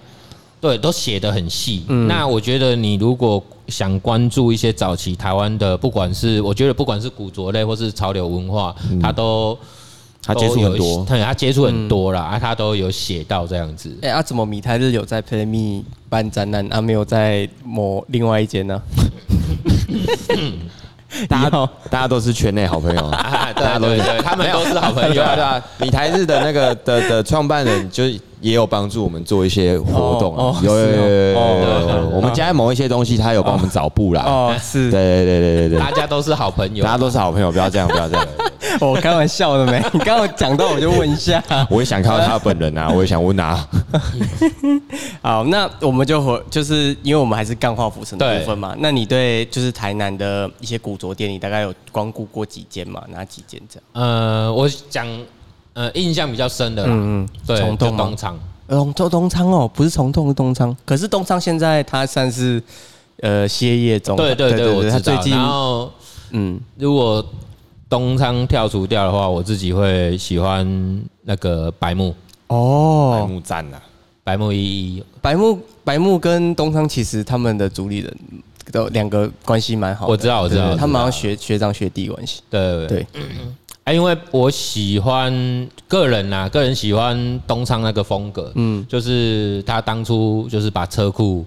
Speaker 3: 对，都写得很细。那我觉得你如果想关注一些早期台湾的，不管是我觉得不管是古着类或是潮流文化，他都
Speaker 2: 他接触
Speaker 3: 都有
Speaker 2: 很多
Speaker 3: 对，他接触很多啦，啊，他都有写到这样 子。
Speaker 1: 哎、啊，怎么米台日有在 Play Me 办展览，啊没有在某另外一间呢、
Speaker 2: 大
Speaker 1: 以后
Speaker 2: 家大家都是圈内好朋友啊，
Speaker 3: 啊，对对对，他们都是好朋
Speaker 2: 对
Speaker 3: 友
Speaker 2: 啊对啊。米台日的那个的的创办人，就是也有帮助我们做一些活动
Speaker 1: 哦
Speaker 2: 啊
Speaker 1: 哦，
Speaker 2: 有有
Speaker 1: 是
Speaker 2: 有
Speaker 1: 哦
Speaker 2: 有有
Speaker 1: 哦
Speaker 2: 有有有，我们家某一些东西，他有帮我们找布啦。
Speaker 1: 哦，
Speaker 2: 对
Speaker 1: 是，
Speaker 2: 对对对对对，
Speaker 3: 大家都是好朋友
Speaker 2: 大，家都是好朋友，不要这样，不要这样。
Speaker 1: 我哦开玩笑的没？你刚刚讲到我就问一下。
Speaker 2: 我也想看到他本人啊，我也想问啊。
Speaker 1: 好，那我们就回，就是因为我们还是干化浮城的
Speaker 3: 对
Speaker 1: 部分嘛。那你对就是台南的一些古着店，你大概有光顾过几间嘛？哪几间这样？
Speaker 3: 呃，我讲呃印象比较深的啦，嗯对，
Speaker 1: 虫
Speaker 3: 就
Speaker 1: 洞吗
Speaker 3: 东厂，
Speaker 1: 龙舟东昌哦，不是虫洞是东昌，可是东昌现在它算是呃歇业中吧，
Speaker 3: 对对对，我
Speaker 1: 它
Speaker 3: 知
Speaker 1: 最
Speaker 3: 道。
Speaker 1: 近
Speaker 3: 然后
Speaker 1: 嗯
Speaker 3: 如果东昌跳除掉的话，我自己会喜欢那个白木，
Speaker 2: 白
Speaker 1: 哦，
Speaker 2: 木站呐，
Speaker 3: 白木一一，
Speaker 1: 白木白木跟东昌其实他们的主理人都两个关系蛮好的，
Speaker 3: 我知道我知道
Speaker 1: 对对
Speaker 3: 我知道
Speaker 1: 他们好像学学长学弟关系，
Speaker 3: 对
Speaker 1: 对，
Speaker 3: 啊，因为我喜欢个人啦、个人喜欢东昌那个风格，嗯，就是他当初就是把车库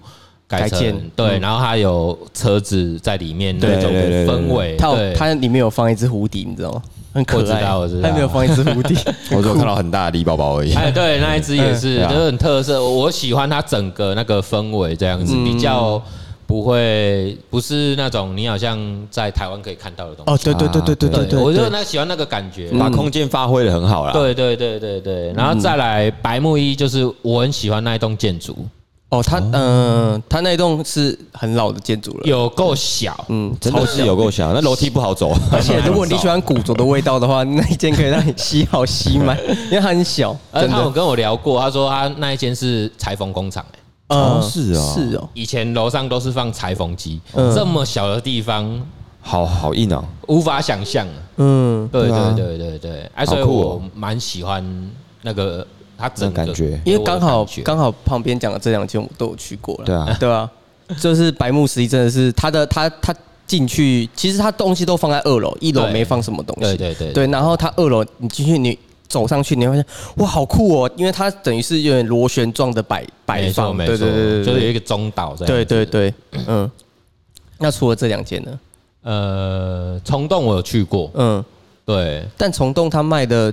Speaker 1: 改
Speaker 3: 改成
Speaker 1: 建
Speaker 3: 对，然后他有车子在里面那
Speaker 2: 嗯
Speaker 3: 种
Speaker 2: 对对对对
Speaker 3: 氛围，
Speaker 1: 它
Speaker 3: 对
Speaker 1: 有它里面有放一只蝴蝶，你知道吗？很可爱，
Speaker 3: 我知道我知道
Speaker 1: 它里面有放一只蝴 蝶，
Speaker 2: 我只有看到很大的力包包而已。
Speaker 3: 哎，对，那一只也
Speaker 2: 嗯
Speaker 3: 是，
Speaker 2: 对啊
Speaker 3: 就是很特色。我喜欢它整个那个氛围，这样子
Speaker 1: 嗯
Speaker 3: 比较不会，不是那种你好像在台湾可以看到的东西。
Speaker 1: 哦，对对对对对对对，
Speaker 3: 我就
Speaker 1: 对
Speaker 3: 那喜欢那个感觉。
Speaker 1: 嗯
Speaker 2: 把空间发挥的很好啦。，
Speaker 3: 对对对对对，然后再来白木一，就是我很喜欢那一栋建筑，
Speaker 1: 哦，它嗯，它那一栋是很老的建筑了，
Speaker 3: 有够小，
Speaker 1: 嗯，
Speaker 2: 真的是有够小，那楼梯不好走。
Speaker 1: 而且如果你喜欢古着的味道的话，那一间可以让你吸好吸满，因为它很小，
Speaker 3: 而
Speaker 1: 真
Speaker 3: 呃他
Speaker 1: 的。
Speaker 3: 有跟我聊过，他说他那一间是裁缝工厂、欸，
Speaker 1: 嗯，
Speaker 2: 哦是哦
Speaker 1: 是哦，
Speaker 3: 以前楼上都是放裁缝机，
Speaker 1: 嗯
Speaker 3: 这么小的地方
Speaker 2: 好好硬哦，
Speaker 3: 无法想象啊。
Speaker 1: 嗯，
Speaker 3: 对
Speaker 2: 对啊
Speaker 3: 对对对对，哎，
Speaker 2: 好
Speaker 3: 所以
Speaker 2: 酷
Speaker 3: 我
Speaker 2: 哦
Speaker 3: 蛮喜欢那个他整个
Speaker 2: 那感觉
Speaker 1: 因为刚好
Speaker 3: 给我的感觉
Speaker 1: 刚好旁边讲的这两间我都有去过了，
Speaker 2: 对啊
Speaker 1: 对啊，就是白木十一真的是它的它它进去，其实它东西都放在二楼，一楼
Speaker 3: 对
Speaker 1: 没放什么东西，
Speaker 3: 对对对
Speaker 1: 对，然后它二楼你进去你。走上去，你会发现哇，好酷哦！因为它等于是有点螺旋状的摆摆
Speaker 3: 没错
Speaker 1: 放，
Speaker 3: 没
Speaker 1: 对
Speaker 3: 错，
Speaker 1: 对对对，对
Speaker 3: 就是有一个中岛这样。
Speaker 1: 对对，对，嗯。那除了这两间呢？
Speaker 3: 呃，虫洞我有去过，
Speaker 1: 嗯，
Speaker 3: 对，
Speaker 1: 但虫洞它卖的，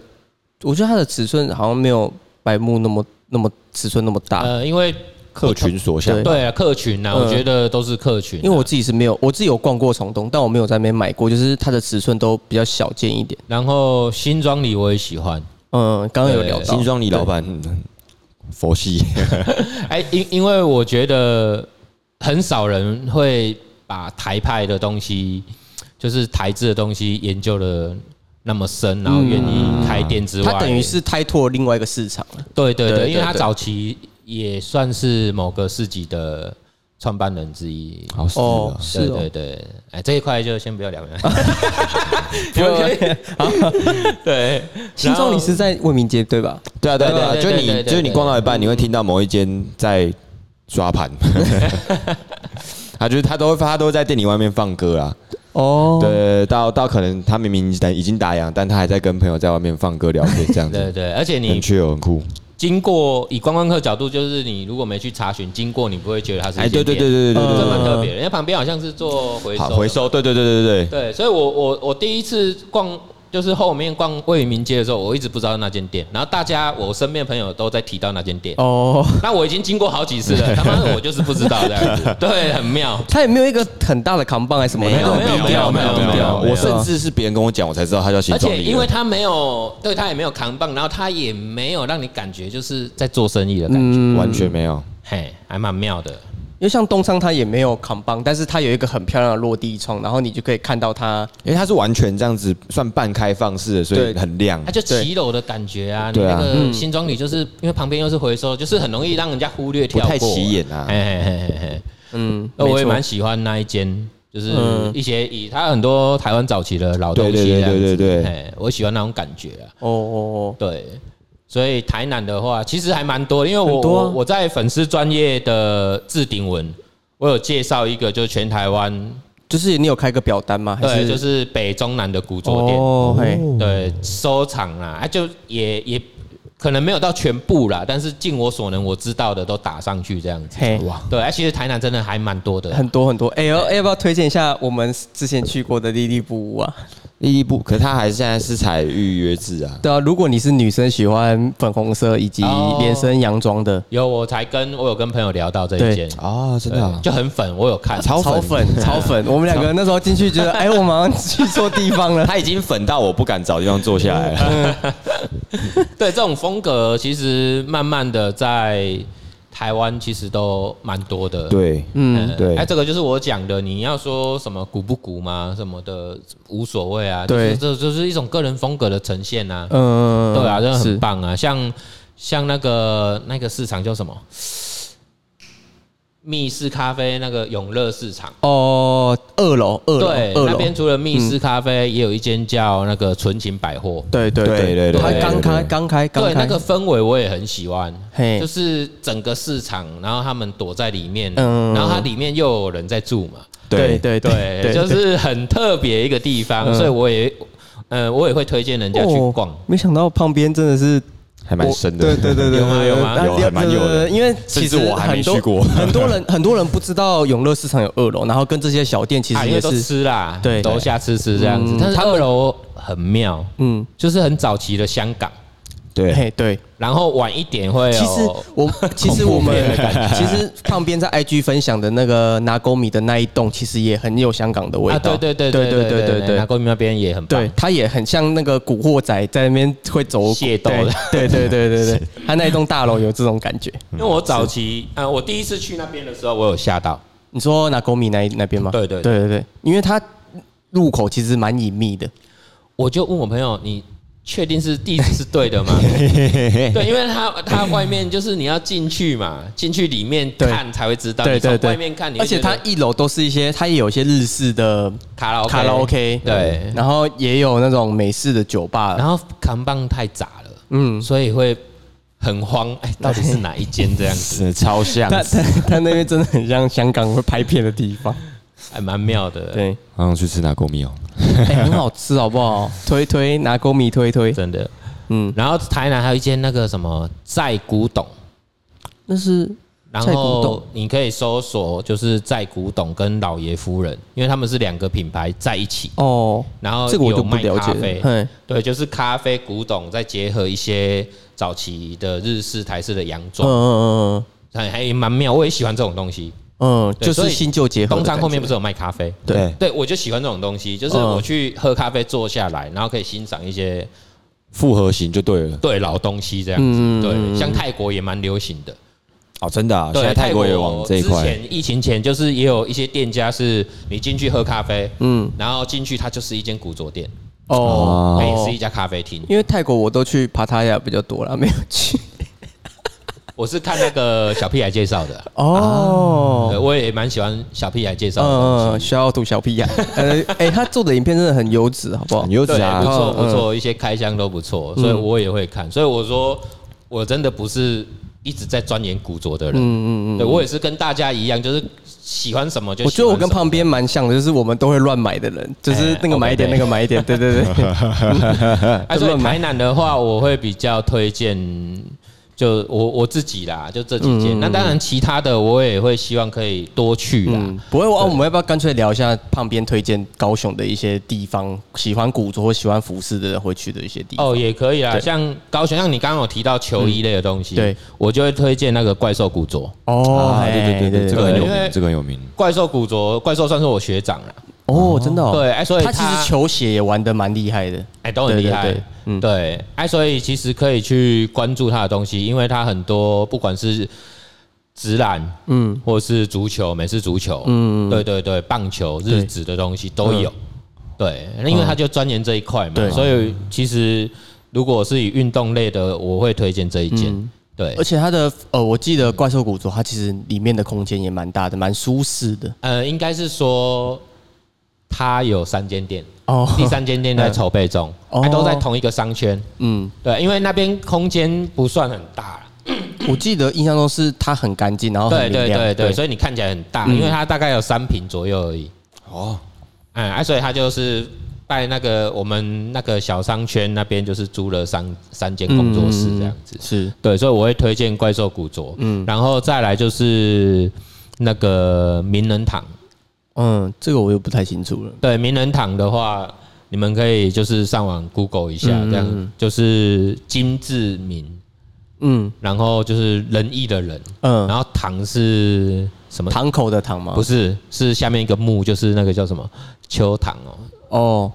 Speaker 1: 我觉得它的尺寸好像没有白木那么那么尺寸那么大，
Speaker 3: 呃，因为
Speaker 2: 客群所向。
Speaker 3: 对啊，客群呐，
Speaker 1: 嗯
Speaker 3: 我觉得都是客群啊，
Speaker 1: 因为我自己是没有，我自己有逛过虫洞，但我没有在那边买过，就是它的尺寸都比较小件一点。
Speaker 3: 然后新庄里我也喜欢，
Speaker 1: 嗯，刚刚有聊到
Speaker 2: 新，庄李老板嗯佛系，
Speaker 3: 哎，因因为我觉得很少人会把台派的东西，就是台制的东西研究的那么深，然后愿意开店之外，
Speaker 1: 它等于是开拓另外一个市场了。
Speaker 3: 对对
Speaker 1: 对
Speaker 3: 对，
Speaker 1: 对
Speaker 3: 因为他
Speaker 1: 对
Speaker 3: 早期也算是某个市集的创办人之一。
Speaker 2: 好死
Speaker 1: 哦
Speaker 2: 了，
Speaker 1: 是
Speaker 3: 啊对
Speaker 1: 哦
Speaker 3: 对对，哎，这一块就先不要 聊了。
Speaker 1: 不
Speaker 3: 们可
Speaker 1: 以，
Speaker 3: 对，
Speaker 1: 新庄你是在为民街对吧？
Speaker 2: 对啊，对啊，
Speaker 3: 对
Speaker 2: 对啊，
Speaker 3: 对
Speaker 2: 就
Speaker 3: 对对
Speaker 2: 你
Speaker 3: 对对
Speaker 2: 就是你逛到一半，你会听到某一间在刷盘，他就是他都会他都会在店里外面放歌啦。
Speaker 1: 哦，
Speaker 2: 对，到到可能他明明已经打烊，但他还在跟朋友在外面放歌聊天这样
Speaker 3: 对
Speaker 2: 子，
Speaker 3: 对，而且
Speaker 2: 很
Speaker 3: 你
Speaker 2: chill 很酷。
Speaker 3: 经过以观光客角度，就是你如果没去查询，经过你不会觉得它是一
Speaker 2: 哎，
Speaker 3: 间
Speaker 2: 对对对对对
Speaker 3: 店，
Speaker 2: 对
Speaker 1: 嗯
Speaker 3: 这
Speaker 2: 对
Speaker 3: 蛮特别的。因为旁边好像是做回
Speaker 2: 对，
Speaker 3: 收
Speaker 2: 好
Speaker 3: 的，
Speaker 2: 回收，对对对对对对，
Speaker 3: 对，所以我我我第一次逛就是后面逛魏民街的时候，我一直不知道那间店，然后大家我身边朋友都在提到那间店，
Speaker 1: 哦，
Speaker 3: 那我已经经过好几 次了，他妈的我就是不知道这样子，对，很妙。
Speaker 1: 它也没有一个很大的扛棒还是什么，
Speaker 3: 没有
Speaker 1: 那种
Speaker 3: 没有
Speaker 1: 比较
Speaker 3: 没有没有没有
Speaker 2: 我甚至是别人跟我讲，我才知道他叫新
Speaker 3: 而
Speaker 2: 庄
Speaker 3: 且
Speaker 2: 李。
Speaker 3: 因为他没有，对他也没有扛棒，然后他也没有让你感觉就是在做生意的感觉，
Speaker 2: 完全没有，
Speaker 3: 嘿，还蛮妙的。
Speaker 1: 嗯因为像东昌它也没有扛棒，但是它有一个很漂亮的落地窗，然后你就可以看到它。
Speaker 2: 因为它是完全这样子算半开放式的，所以
Speaker 1: 对
Speaker 2: 很亮
Speaker 3: 它。就骑楼的感觉啊，你
Speaker 2: 对
Speaker 3: 那
Speaker 2: 啊
Speaker 3: 个新庄里就是因为旁边又是回收，就是很容易让人家忽略跳过，
Speaker 2: 不太起眼啊
Speaker 3: 嘿嘿嘿嘿嘿。
Speaker 1: 嗯，
Speaker 3: 呃我也
Speaker 1: 没错嗯
Speaker 3: 蛮喜欢那一间，就是一些以它很多台湾早期的老东西
Speaker 2: 对
Speaker 3: 这
Speaker 2: 对对
Speaker 3: 样子，
Speaker 2: 对对对
Speaker 3: 嘿我喜欢那种感觉啊。
Speaker 1: 哦哦
Speaker 3: 对，所以台南的话，其实还蛮多的，因为我
Speaker 1: 很多啊
Speaker 3: 我我在粉丝专业的置顶文，我有介绍一个，就是全台湾
Speaker 1: 哦，就是你有开个表单吗？还
Speaker 3: 对，
Speaker 1: 是
Speaker 3: 就是北中南的古着店，
Speaker 1: 哦，嘿，
Speaker 3: 对，收藏啦，啊，就也也可能没有到全部啦，但是尽我所能，我知道的都打上去这样子。
Speaker 1: 嘿
Speaker 3: 哇，对，啊，其实台南真的还蛮多的啊，
Speaker 1: 很多很多。哎、呦，哎要不要推荐一下我们之前去过的莉莉布屋啊？
Speaker 2: 第一步，可它还是现在是采预约制啊。
Speaker 1: 对啊，如果你是女生，喜欢粉红色以及
Speaker 3: 哦
Speaker 1: 连身洋装的，
Speaker 3: 有，我才跟我有跟朋友聊到这一
Speaker 1: 对
Speaker 3: 间，
Speaker 2: 啊，真
Speaker 3: 对
Speaker 2: 的啊
Speaker 3: 就很粉，我有看，
Speaker 2: 超
Speaker 1: 超粉超粉，我们两个那时候进去觉 得，哎、我马上去错地方 了。
Speaker 2: 他已经粉到我不敢找地方坐下来 了。
Speaker 3: 对这种风格，其实慢慢的在台湾其实都蛮多的。
Speaker 2: 对，
Speaker 3: 嗯，
Speaker 2: 对
Speaker 3: 哎，这个就是我讲的，你要说什么古不古嘛，什么的无所谓啊，
Speaker 1: 对
Speaker 3: 就是这就是一种个人风格的呈现啊，
Speaker 1: 嗯，
Speaker 3: 对啊，这
Speaker 1: 是
Speaker 3: 很棒啊，像像那个那个市场叫什么？密室咖啡那个永乐市场，
Speaker 1: 哦，二楼，二楼，
Speaker 3: 对，
Speaker 1: 二
Speaker 3: 那
Speaker 1: 楼，
Speaker 3: 边除了密室咖啡，也有一间叫那个纯情百货，
Speaker 1: 对对
Speaker 2: 对对对
Speaker 1: 它
Speaker 2: 对
Speaker 1: 刚
Speaker 2: 对
Speaker 1: 开，
Speaker 2: 对
Speaker 1: 刚开，刚
Speaker 3: 对，
Speaker 1: 开，
Speaker 3: 那个氛围我也很喜欢，
Speaker 1: 嘿
Speaker 3: 就是整个市场，然后他们躲在里面，
Speaker 1: 嗯
Speaker 3: 然后它里面又有人在住嘛，
Speaker 1: 对
Speaker 2: 对
Speaker 1: 对嗯
Speaker 3: 对，就是很特别一个地方，所以我也，呃，我也会推荐人家去
Speaker 1: 哦
Speaker 3: 逛。
Speaker 1: 没想到旁边真的是
Speaker 2: 还蛮深
Speaker 1: 对
Speaker 2: 的。
Speaker 1: 对对对，
Speaker 3: 有吗
Speaker 1: 对
Speaker 3: 有吗
Speaker 1: 对
Speaker 2: 有
Speaker 1: 对
Speaker 2: 还蛮有的
Speaker 1: 对对对因为其实
Speaker 2: 甚至我还没
Speaker 1: 很多
Speaker 2: 去过
Speaker 1: 很多人很多人不知道永乐市场有二楼，然后跟这些小店其
Speaker 3: 啊，
Speaker 1: 实
Speaker 3: 因为
Speaker 1: 也
Speaker 3: 都
Speaker 1: 是，
Speaker 3: 吃啦，
Speaker 1: 对
Speaker 3: 楼下吃吃这样子
Speaker 1: 嗯。
Speaker 3: 但是二楼很妙，
Speaker 1: 嗯，
Speaker 3: 就是很早期的香港，
Speaker 2: 对，
Speaker 1: 嘿，对。
Speaker 3: 然后晚一点会有。
Speaker 1: 其实我其实我们
Speaker 3: 恐怖片的
Speaker 1: 其实旁边在 IG 分享的那个拿勾米的那一栋，其实也很有香港的味
Speaker 3: 啊，
Speaker 1: 道。
Speaker 3: 对对对
Speaker 1: 对
Speaker 3: 对
Speaker 1: 对
Speaker 3: 对
Speaker 1: 对
Speaker 3: 对对，
Speaker 1: 对
Speaker 3: 南。国那边也很棒
Speaker 1: 对，。它也很像那个古惑仔在那边会走
Speaker 3: 械斗的
Speaker 1: 对对对对对对， 它那一栋大楼有这种感觉。
Speaker 3: 因为我早期，呃，我第一次去那边的时候，我有吓到。
Speaker 1: 你说拿勾米那一那边吗？
Speaker 3: 对对
Speaker 1: 对对对，因为它入口其实蛮隐秘的。
Speaker 3: 我就问我朋友，你确定是地址是对的吗？ 对，因为它它外面就是你要进去嘛，进去里面
Speaker 1: 对
Speaker 3: 看才会知道。
Speaker 1: 对
Speaker 3: 你从
Speaker 1: 对对，
Speaker 3: 外面看，你会
Speaker 1: 而且
Speaker 3: 觉得
Speaker 1: 它一楼都是一些，它也有一些日式的
Speaker 3: 卡拉 OK
Speaker 1: 卡拉 OK，
Speaker 3: 对，
Speaker 1: 然后也有那种美式的酒吧，
Speaker 3: 然后扛棒太杂了，
Speaker 1: 嗯
Speaker 3: 嗯，所以会很慌。 哎，到底是哪一间这样子？
Speaker 2: 是超 像
Speaker 1: 他他他那边真的很像香港会拍片的地方，
Speaker 3: 还蛮妙的，，
Speaker 1: 对，
Speaker 2: 好想去吃哪锅米哦。
Speaker 1: 哎，很好吃，好不好？推推拿公米推推，
Speaker 3: 真的。
Speaker 1: 嗯，
Speaker 3: 然后台南还有一间那个什么在古董，
Speaker 1: 那是
Speaker 3: 然
Speaker 1: 在古
Speaker 3: 后
Speaker 1: 董
Speaker 3: 你可以搜索就是在古董跟老爷夫人，因为他们是两个品牌在一起。
Speaker 1: 哦，
Speaker 3: 然后
Speaker 1: 这个我就
Speaker 3: 有
Speaker 1: 不
Speaker 3: 卖
Speaker 1: 了
Speaker 3: 咖
Speaker 1: 解
Speaker 3: 啡
Speaker 1: 了，，嘿，
Speaker 3: 对，就是咖啡古董，再结合一些早期的日式、台式的洋
Speaker 1: 嗯
Speaker 3: 装，
Speaker 1: 嗯
Speaker 3: 还还蛮妙。我也喜欢这种东西。
Speaker 1: 嗯嗯，就
Speaker 3: 对
Speaker 1: 是
Speaker 3: 所以
Speaker 1: 新旧结合的
Speaker 3: 东
Speaker 1: 感觉。
Speaker 3: 山后面不是有卖咖啡？
Speaker 1: 对
Speaker 3: 对，我就喜欢这种东西，就是
Speaker 1: 嗯
Speaker 3: 我去喝咖啡坐下来，然后可以欣赏一些
Speaker 2: 复合型就对了。
Speaker 3: 对老东西这样子。
Speaker 1: 嗯
Speaker 3: 对，像泰国也蛮流行的。
Speaker 2: 哦，真的啊，现
Speaker 3: 对，
Speaker 2: 在泰国也往这一
Speaker 3: 之
Speaker 2: 块。
Speaker 3: 前疫情前就是也有一些店家是你进去喝咖啡，
Speaker 1: 嗯，
Speaker 3: 然后进去它就是一间古着店，
Speaker 1: 哦
Speaker 2: 哦，
Speaker 3: 哎它也是一家咖啡厅。
Speaker 1: 因为泰国我都去帕塔亚比较 多啦，没有去
Speaker 3: 我是看那个小屁孩介绍的啊，对
Speaker 1: 哦。
Speaker 3: 我也蛮喜欢小屁孩介绍的
Speaker 1: 嗯，
Speaker 3: 东西。
Speaker 1: 小奥土小屁 呀，呃，哎，他做的影片真的很优质，好不好
Speaker 2: 很？优质
Speaker 3: 对，不
Speaker 2: 啊，
Speaker 3: 错
Speaker 1: 嗯
Speaker 3: 不错，一些开箱都不错，所以我也会看。所以我说，我真的不是一直在钻研古着的人，嗯嗯嗯，对我也是跟大家一样，就是喜欢什么就
Speaker 1: 我
Speaker 3: 喜
Speaker 1: 觉
Speaker 3: 欢
Speaker 1: 得我跟
Speaker 3: 什么
Speaker 1: 旁边蛮像的，就是我们都会乱买的人，就是
Speaker 3: 哎
Speaker 1: 那个买一点，那
Speaker 3: OK，对
Speaker 1: 个买一点，对对对。
Speaker 3: 啊，所以台南的话，我会比较推荐，就我我自己啦，就这几
Speaker 1: 嗯
Speaker 3: 间。那当然，其他的我也会希望可以多去啦。
Speaker 1: 嗯，不会，我、啊、我们要不要干脆聊一下旁边推荐高雄的一些地方，喜欢古着或喜欢服饰的人会去的一些地方？
Speaker 3: 哦，也可以啦，
Speaker 1: 对
Speaker 3: 像高雄，像你刚刚有提到球衣类的东西，
Speaker 1: 嗯对
Speaker 3: 我就会推荐那个怪兽古着。
Speaker 1: 哦
Speaker 2: 啊对对对对，这个很有
Speaker 3: 因为
Speaker 2: 名，这个很有名。
Speaker 3: 怪兽古着，怪兽算是我学长啦。
Speaker 1: 哦，真的、哦，
Speaker 3: 对，哎，所以
Speaker 1: 他其实球鞋也玩的蛮厉害的，
Speaker 3: 哎都很
Speaker 1: 对
Speaker 3: 厉
Speaker 1: 对
Speaker 3: 害
Speaker 1: 对，嗯
Speaker 3: 对，哎，所以其实可以去关注他的东西，因为他很多不管是直篮，
Speaker 1: 嗯
Speaker 3: 嗯，或是足球、美式足球，嗯，对对对，棒球、日职的东西都有。对，那因为他就钻研这一块嘛
Speaker 1: 嗯对，
Speaker 3: 所以其实如果是以运动类的，我会推荐这一件。对
Speaker 1: 嗯而，且他的呃，我记得怪兽古着，它其实里面的空间也蛮大的，蛮舒适的。
Speaker 3: 呃，应该是说他有三间店，
Speaker 1: 哦
Speaker 3: 第三间店在筹备中，
Speaker 1: 嗯
Speaker 3: 还都在
Speaker 1: 哦
Speaker 3: 同一个商圈。
Speaker 1: 嗯，
Speaker 3: 对，因为那边空间不算很大啦
Speaker 1: 我记得印象中是它很干净，然后
Speaker 3: 对
Speaker 1: 很明
Speaker 3: 对
Speaker 1: 亮，嗯
Speaker 3: 对对，嗯所以你看起来很大，因为它大概有三平左右而已。
Speaker 2: 哦，
Speaker 3: 哎、啊，所以它就是在那个我们那个小商圈那边，就是租了三三间工作室这样子。
Speaker 1: 是
Speaker 3: 嗯对，所以我会推荐怪兽古着，嗯，然后再来就是那个名人堂。
Speaker 1: 嗯，这个我又不太清楚了。
Speaker 3: 对，名人堂的话，你们可以就是上网 Google 一下，这样、就是金志明，
Speaker 1: 嗯
Speaker 3: 然后就是仁义的仁，
Speaker 1: 嗯，
Speaker 3: 然后堂是什么？
Speaker 1: 堂口的堂吗？
Speaker 3: 不是，是下面一个木，就是那个叫什么秋堂哦，
Speaker 1: 哦，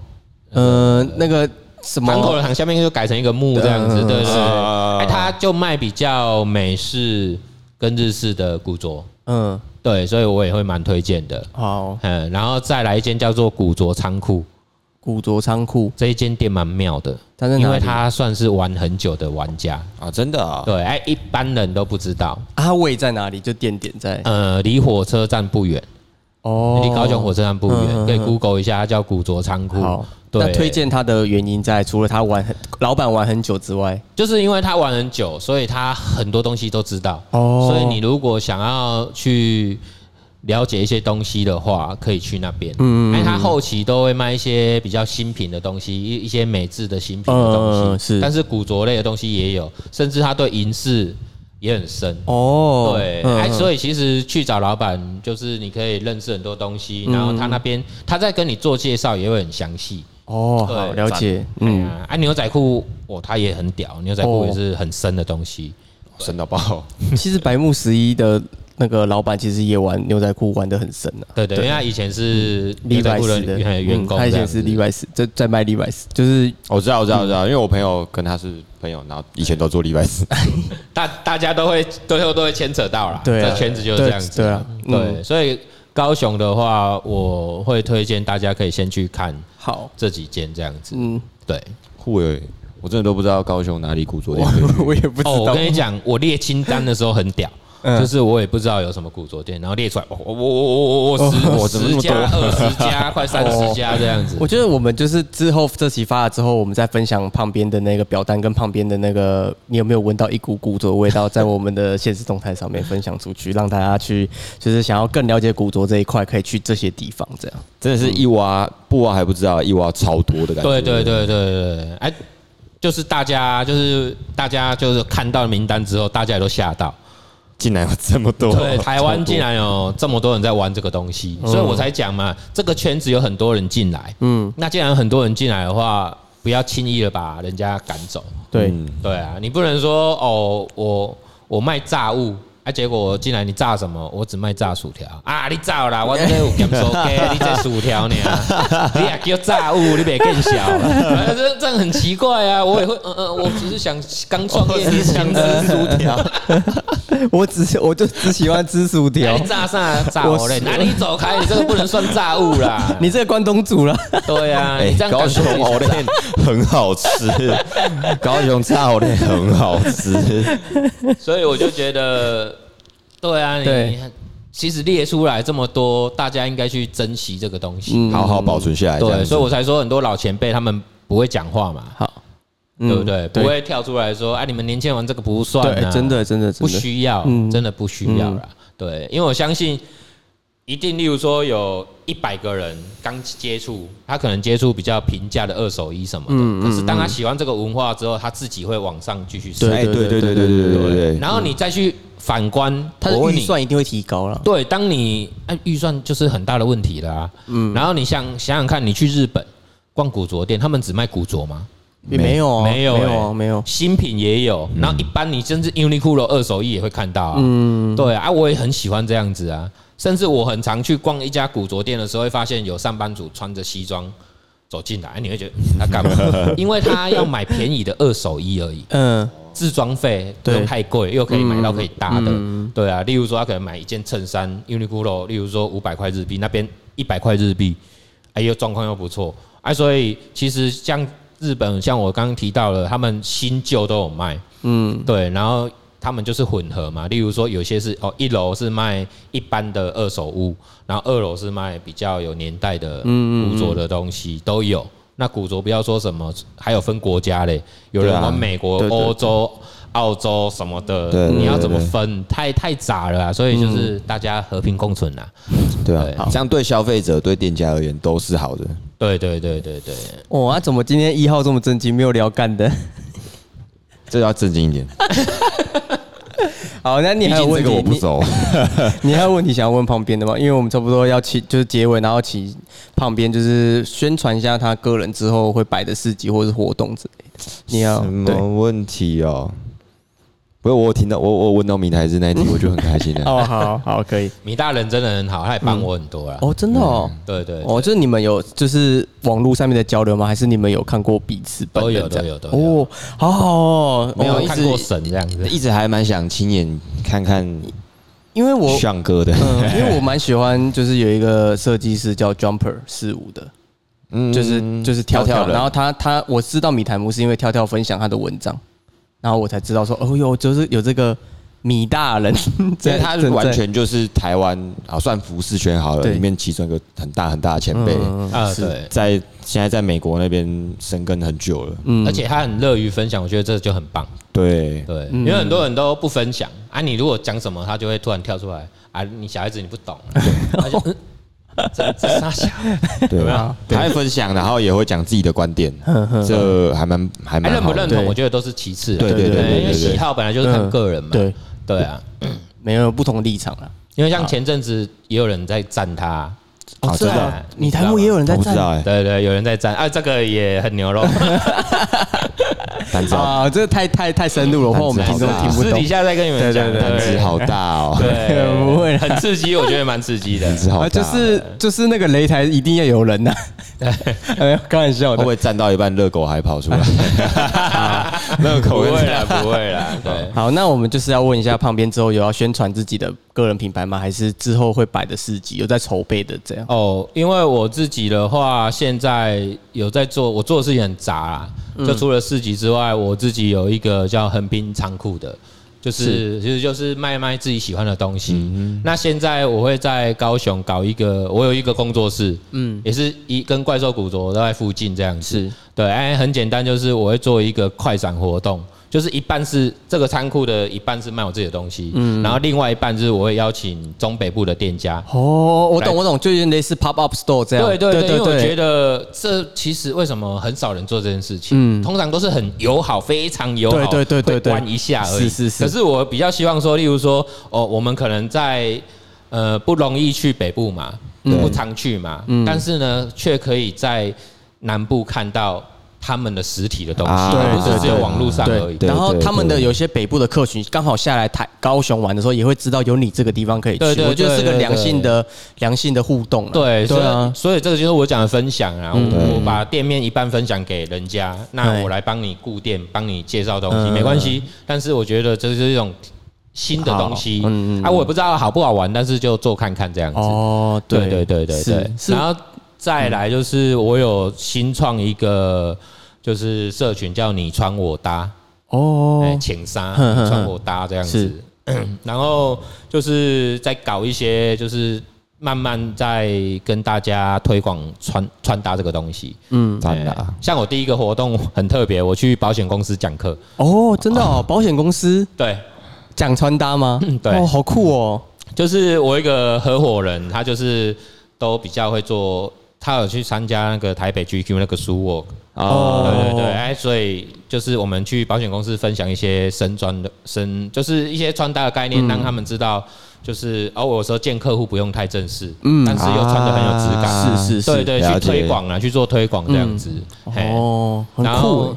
Speaker 1: 呃，那个什么
Speaker 3: 堂口的堂下哎面就改成一个木这样子，
Speaker 2: 呃
Speaker 1: 嗯
Speaker 3: 对对对。
Speaker 2: 啊
Speaker 3: 哎，他就卖比较美式跟日式的古着，
Speaker 1: 嗯，
Speaker 3: 对，所以我也会蛮推荐的。
Speaker 1: 好，
Speaker 3: 嗯，然后再来一间叫做古着仓库，
Speaker 1: 古着仓库，
Speaker 3: 这一间店蛮妙的，
Speaker 1: 它在哪里
Speaker 3: 因为它算是玩很久的玩家，
Speaker 2: 啊，真的啊，
Speaker 3: 对，哎，一般人都不知道。
Speaker 1: 啊它位在哪里？就点点在
Speaker 3: 呃，离火车站不远，
Speaker 1: 哦
Speaker 3: 离高雄火车站不
Speaker 1: 嗯嗯嗯
Speaker 3: 远，可以 Google 一下，它叫古着仓库。
Speaker 1: 好，那
Speaker 3: 对，
Speaker 1: 推荐它的原因在除了他玩很老板玩很久之外，
Speaker 3: 就是因为他玩很久，所以他很多东西都知道。
Speaker 1: 哦
Speaker 3: 所以你如果想要去了解一些东西的话，可以去那边。嗯，因为他后期都会卖一些比较新品的东西，一一些美制的新品的
Speaker 1: 嗯嗯
Speaker 3: 东
Speaker 1: 嗯
Speaker 3: 西，
Speaker 1: 是
Speaker 3: 但是古着类的东西也有，甚至他对银饰也很深。
Speaker 1: 哦，
Speaker 3: 对，
Speaker 1: 嗯
Speaker 3: 哎，
Speaker 1: 嗯
Speaker 3: 所以其实去找老板，就是你可以认识很多东西，
Speaker 1: 嗯
Speaker 3: 然后他那边他在跟你做介绍也会很详细。
Speaker 1: 哦，
Speaker 3: 对
Speaker 1: 好了解，
Speaker 3: 嗯
Speaker 1: 嗯，，
Speaker 3: 啊，牛仔裤哦，它也很屌，牛仔裤也是很深的东西。
Speaker 2: 深到爆，哦
Speaker 1: 其实白木十一的那个老板其实也玩牛仔裤玩的很深啊。
Speaker 3: 对对，因为他以前是
Speaker 1: 李
Speaker 3: 牛仔
Speaker 1: 百
Speaker 3: 裤
Speaker 1: 斯
Speaker 3: 的
Speaker 1: 的
Speaker 3: 员员
Speaker 1: 嗯
Speaker 3: 工
Speaker 1: 他
Speaker 3: 这
Speaker 1: 以前
Speaker 3: 样
Speaker 1: 是
Speaker 3: 子，
Speaker 1: 李百斯，在在卖李百斯，就是
Speaker 2: 我知道，我知道，我知道，因为我朋友跟他是朋友，然后以前都做礼 拜四，
Speaker 3: 大大家都会最后都会牵扯到啦。
Speaker 1: 对啊
Speaker 3: 这圈子就是这样子。
Speaker 1: 对对啊嗯
Speaker 3: 对，所以高雄的话，我会推荐大家可以先去看
Speaker 1: 好，
Speaker 3: 这几间这样子。
Speaker 1: 嗯，
Speaker 3: 对，
Speaker 2: 酷诶，我真的都不知道高雄哪里古着 店。
Speaker 1: 我也不知
Speaker 3: 哦，我
Speaker 1: 道
Speaker 3: 跟，你讲，我列清单的时候很屌。就是我也不知道有什么古着店，然后列出来，哦我我我我我十
Speaker 2: 哦怎么那
Speaker 3: 十
Speaker 2: 么
Speaker 3: 家、
Speaker 2: 多
Speaker 3: 二十家、快三十家这样子。
Speaker 1: 我觉得我们就是之后这期发了之后，我们再分享旁边的那个表单跟旁边的那个，你有没有闻到一股古着的味道，在我们的现实动态上面分享出去，让大家去就是想要更了解古着这一块，可以去这些地方这样。
Speaker 2: 真的是一挖不挖还不知道，一挖超多的感觉。
Speaker 3: 对对对对对，对哎，就是大家就是大家就是看到名单之后，大家也都吓到。
Speaker 2: 竟然有这么多，
Speaker 3: 对，台 湾竟然有这么多人在玩这个东西，所以我才讲嘛，这个圈子有很多人进来。嗯，那既然有很多人进来的话，不要轻易的把人家赶走。
Speaker 1: 对，
Speaker 3: 对啊，你不能说哦，我我卖炸物。啊！结果进来你炸什么？我只卖炸薯条啊！你炸啦，我这有咸酥鸡，你这薯条呢？你也叫炸物，你别更小了。这这样很奇怪啊！我也会，嗯嗯，我只是想刚创业，你想吃薯条，
Speaker 1: 我只是我就只喜欢吃薯条
Speaker 3: 哎你，炸啥？炸
Speaker 1: 我
Speaker 3: 我嘞？那你走开，你这个不能算炸物啦。
Speaker 1: 你这个关东煮啦。
Speaker 3: 对啊，
Speaker 2: 哎
Speaker 3: 你这样
Speaker 2: 高
Speaker 3: 感
Speaker 2: 雄
Speaker 3: 觉
Speaker 2: 藕链很好吃，高雄炸藕链很好吃，
Speaker 3: 所以我就觉得，对啊，
Speaker 1: 对
Speaker 3: 你其实列出来这么多，大家应该去珍惜这个东西。
Speaker 2: 好好保存下来。
Speaker 3: 对，所以我才说很多老前辈他们不会讲话嘛，
Speaker 1: 好，
Speaker 3: 嗯对不对？不会跳出来说，哎，你们年轻人玩这个不算啊，
Speaker 1: 嗯对，真的嗯真的
Speaker 3: 不
Speaker 1: 真的，
Speaker 3: 需要，真的不需要啦。对，因为我相信。一定，例如说有一百个人刚接触，他可能接触比较平价的二手衣什么
Speaker 1: 嗯
Speaker 3: 的，可是当他喜欢这个文化之后，他自己会往上继续升。
Speaker 2: 哎，对对对对对对对对，
Speaker 3: 然后你再去反观，
Speaker 1: 它
Speaker 3: 我
Speaker 1: 的
Speaker 3: 问
Speaker 1: 预
Speaker 3: 你
Speaker 1: 算一定会提高了。
Speaker 3: 对，当你按预算就是很大的问题了啊。嗯，然后你想想想看，你去日本逛古着店，他们只卖古着吗？
Speaker 1: 也没有啊，
Speaker 3: 没有
Speaker 1: 没有
Speaker 3: 欸嗯
Speaker 1: 啊，没有。
Speaker 3: 新品也有，然后一般你甚至 Uniqlo 二手衣也会看到啊。嗯，对啊，啊我也很喜欢这样子啊。甚至我很常去逛一家古着店的时候，会发现有上班族穿着西装走进来，你会觉得嗯他 干嘛？因为他要买便宜的二手衣而已。
Speaker 1: 嗯，
Speaker 3: 自装费
Speaker 1: 对
Speaker 3: 又太贵，又可以买到可以搭的，对啊。例如说，他可能买一件衬衫，Uniqlo，例如说五百块日币，那边一百块日币，哎呦，状况又不错，哎、所以其实像日本，像我刚刚提到了，他们新旧都有卖，嗯，对，然后他们就是混合嘛，例如说有些是哦，一楼是卖一般的二手屋，然后二楼是卖比较有年代的古着的东西，都有。那古着不要说什么，还有分国家嘞，有人
Speaker 2: 对啊
Speaker 3: 玩美国、
Speaker 2: 对对
Speaker 3: 欧洲、澳洲什么
Speaker 2: 对
Speaker 3: 的，
Speaker 2: 对
Speaker 3: 你要怎么
Speaker 2: 对嗯
Speaker 3: 分？太太杂了啊，所以就是大家和平共存啦。
Speaker 2: 对啊，这样对消费者对店家而言都是好的。
Speaker 3: 对对对对对，
Speaker 1: 哦，啊，怎么今天一号这么震惊，没有聊干的？
Speaker 2: 这要正经一点，
Speaker 1: 好，那你
Speaker 2: 毕
Speaker 1: 还有问
Speaker 2: 竟这个
Speaker 1: 题？
Speaker 2: 我不熟。
Speaker 1: 你你还有问题想要问旁边的吗？因为我们差不多要起，就是结尾，然后请旁边就是宣传一下他个人之后会摆的市集或是活动之类的。 你要
Speaker 2: 什
Speaker 1: 对
Speaker 2: 么问题哦？不是我有听到我我问到明台是那一题，我就很开心了。
Speaker 1: 哦，好好可以
Speaker 3: 米大人真的很好，他也帮我很多啦。啊
Speaker 2: 嗯
Speaker 1: 哦，真的哦。
Speaker 3: 对对，对
Speaker 1: 哦，就是你们有就是网络上面的交流吗？还是你们有看过彼此本人
Speaker 3: 都有
Speaker 1: 这样
Speaker 3: 都有都有
Speaker 1: 哦，好好哦，
Speaker 2: 没有
Speaker 1: 哦
Speaker 2: 一直
Speaker 3: 看过神这样子。
Speaker 2: 一直还蛮想亲眼看看
Speaker 1: 因为 我
Speaker 2: 像哥的，
Speaker 1: 嗯，因为我蛮喜欢，就是有一个设计师叫 Jumper 四五的，
Speaker 2: 嗯
Speaker 1: 就是就是跳跳，
Speaker 2: 人
Speaker 1: 然后他他我知道米台木是因为跳跳分享他的文章，然后我才知道说哦哟，就是有这个米大人，
Speaker 2: 因
Speaker 1: 在
Speaker 2: 为他
Speaker 1: 正在
Speaker 2: 完全就是台湾啊，算服饰圈好了，
Speaker 1: 对
Speaker 2: 里面其中一个很大很大的前辈，
Speaker 3: 啊，
Speaker 2: 是
Speaker 3: 对，
Speaker 2: 在现在在美国那边生根很久了。
Speaker 3: 而且他很乐于分享，我觉得这就很棒。
Speaker 2: 对，
Speaker 3: 对，因为很多人都不分享啊，你如果讲什么，他就会突然跳出来啊，你小孩子你不懂， 他就嗯这这傻小，
Speaker 2: 对吧？他会分享，然后也会讲自己的观 点，这还蛮还
Speaker 3: 还
Speaker 2: 蛮
Speaker 3: 哎啊认
Speaker 2: 好
Speaker 3: 不
Speaker 2: 的
Speaker 3: 认同，
Speaker 1: 对
Speaker 3: 我觉得都是其次啊。
Speaker 2: 对对对对对嗯
Speaker 3: 因
Speaker 2: 对
Speaker 3: 为
Speaker 2: 对
Speaker 3: 喜好本来就是看个人嘛。
Speaker 1: 嗯对，
Speaker 3: 对啊，
Speaker 1: 没有不同的立场啊。
Speaker 3: 因为像前阵子也有人在赞他，
Speaker 2: 哦
Speaker 1: 是
Speaker 2: 真的
Speaker 1: 啊
Speaker 2: 啊，
Speaker 1: 米台木也有人在
Speaker 2: 我不知道
Speaker 1: 站
Speaker 2: 哎，
Speaker 3: 对对，有人在赞啊，这个也很牛肉，
Speaker 2: 单子好
Speaker 1: 啊，这个太太太深入了，我怕我们听众听不
Speaker 3: 私
Speaker 1: 懂
Speaker 3: 底。下再跟你们
Speaker 1: 对
Speaker 3: 讲，
Speaker 1: 对对
Speaker 2: 胆子哎好大哦，
Speaker 3: 对，
Speaker 1: 不会啦
Speaker 3: 很刺激，我觉得蛮刺激 的
Speaker 2: 胆。子好
Speaker 1: 啊，
Speaker 2: 大
Speaker 1: 就
Speaker 2: 哦，
Speaker 1: 是就是那个擂台一定要有人呐、啊 哎呦，开玩笑
Speaker 2: 会
Speaker 1: 的
Speaker 2: 不。会站到一半热狗还跑出来？ 热
Speaker 3: 不
Speaker 2: 狗
Speaker 3: 会啊
Speaker 2: 跟
Speaker 3: 啦，不会啦，对，
Speaker 1: 好，那我们就是要问一下，胖边之后有要宣传自己的个人品牌吗？还是之后会摆的市集有在筹备的这样？
Speaker 3: 哦，因为我自己的话，现在有在做，我做的事情很杂啦。就除了市集之外，我自己有一个叫横滨仓库的，就是嗯其实就是卖卖自己喜欢的东西。那现在我会在高雄搞一个，我有一个工作室，嗯，也是一跟怪兽古着都在附近这样子。
Speaker 1: 是
Speaker 3: 对，哎，很简单，就是我会做一个快闪活动，就是一半是这个仓库的一半是卖我自己的东西，嗯，然后另外一半就是我会邀请中北部的店家，
Speaker 1: 哦，我
Speaker 3: 来
Speaker 1: 懂我懂，就是类似 pop up store 这样。
Speaker 3: 对对对，因为我觉得这其实为什么很少人做这件事情，通常都是很友好，非常友好，
Speaker 1: 嗯对对对对
Speaker 3: 会
Speaker 1: 对
Speaker 3: 关一下而已。
Speaker 1: 是是是
Speaker 3: 可是我比较希望说，例如说，哦，我们可能在呃不容易去北部嘛，
Speaker 1: 嗯
Speaker 3: 不常去嘛，但是呢，却可以在南部看到他们的实体的东西，
Speaker 2: 啊
Speaker 3: 而不
Speaker 1: 对
Speaker 3: 是只有
Speaker 1: 对
Speaker 3: 网络上而已。
Speaker 2: 对
Speaker 1: 然后
Speaker 2: 对
Speaker 1: 他们的
Speaker 2: 对
Speaker 1: 有些北部的客群刚好下来台高雄玩的时候，也会知道有你这个地方可以去。
Speaker 3: 对对对
Speaker 1: 我觉得是个
Speaker 3: 对对
Speaker 1: 良性的良性的互动啦。
Speaker 3: 对，所
Speaker 1: 对
Speaker 3: 以、
Speaker 1: 啊，嗯
Speaker 3: 所以这个就是我讲的分享啊，我我把店面一半分享给人家，那
Speaker 1: 对
Speaker 3: 我来帮你顾店，帮你介绍东西，
Speaker 1: 嗯
Speaker 3: 没关系。但是我觉得这就是一种新的东西，啊，我也不知道好不好玩，但是就做看看这样子。
Speaker 1: 嗯哦，
Speaker 3: 对对对对
Speaker 1: 是
Speaker 3: 对，
Speaker 1: 是
Speaker 3: 然后再来就是我有新创一个就是社群叫你穿我搭，哎，
Speaker 1: 哦，
Speaker 3: 浅沙
Speaker 1: 哼哼哼
Speaker 3: 穿我搭这样子
Speaker 1: 是，
Speaker 3: 然后就是在搞一些，就是慢慢在跟大家推广穿穿搭这个东西。
Speaker 1: 嗯，
Speaker 2: 真的啊，
Speaker 3: 像我第一个活动很特别，我去保险公司讲课，
Speaker 1: 哦，真的哦，保险公司
Speaker 3: 对，
Speaker 1: 讲穿搭吗？
Speaker 3: 嗯对
Speaker 1: 哦，好酷哦，
Speaker 3: 就是我一个合伙人，他就是都比较会做，他有去参加那个台北 GQ 那个书 w
Speaker 2: 哦，
Speaker 3: 啊对对对，哎，所以就是我们去保险公司分享一些身装的身，就是一些穿搭的概
Speaker 1: 嗯
Speaker 3: 念，让他们知道，就是哦，我有时候见客户不用太正式，嗯，但是又穿的很有质感，
Speaker 2: 啊
Speaker 1: 是是
Speaker 3: 对
Speaker 1: 是，
Speaker 3: 对，
Speaker 2: 了
Speaker 3: 去
Speaker 2: 解
Speaker 3: 推广啊，去做推广这样子，嘿，
Speaker 1: 哦，很
Speaker 3: 然
Speaker 1: 酷
Speaker 3: 后，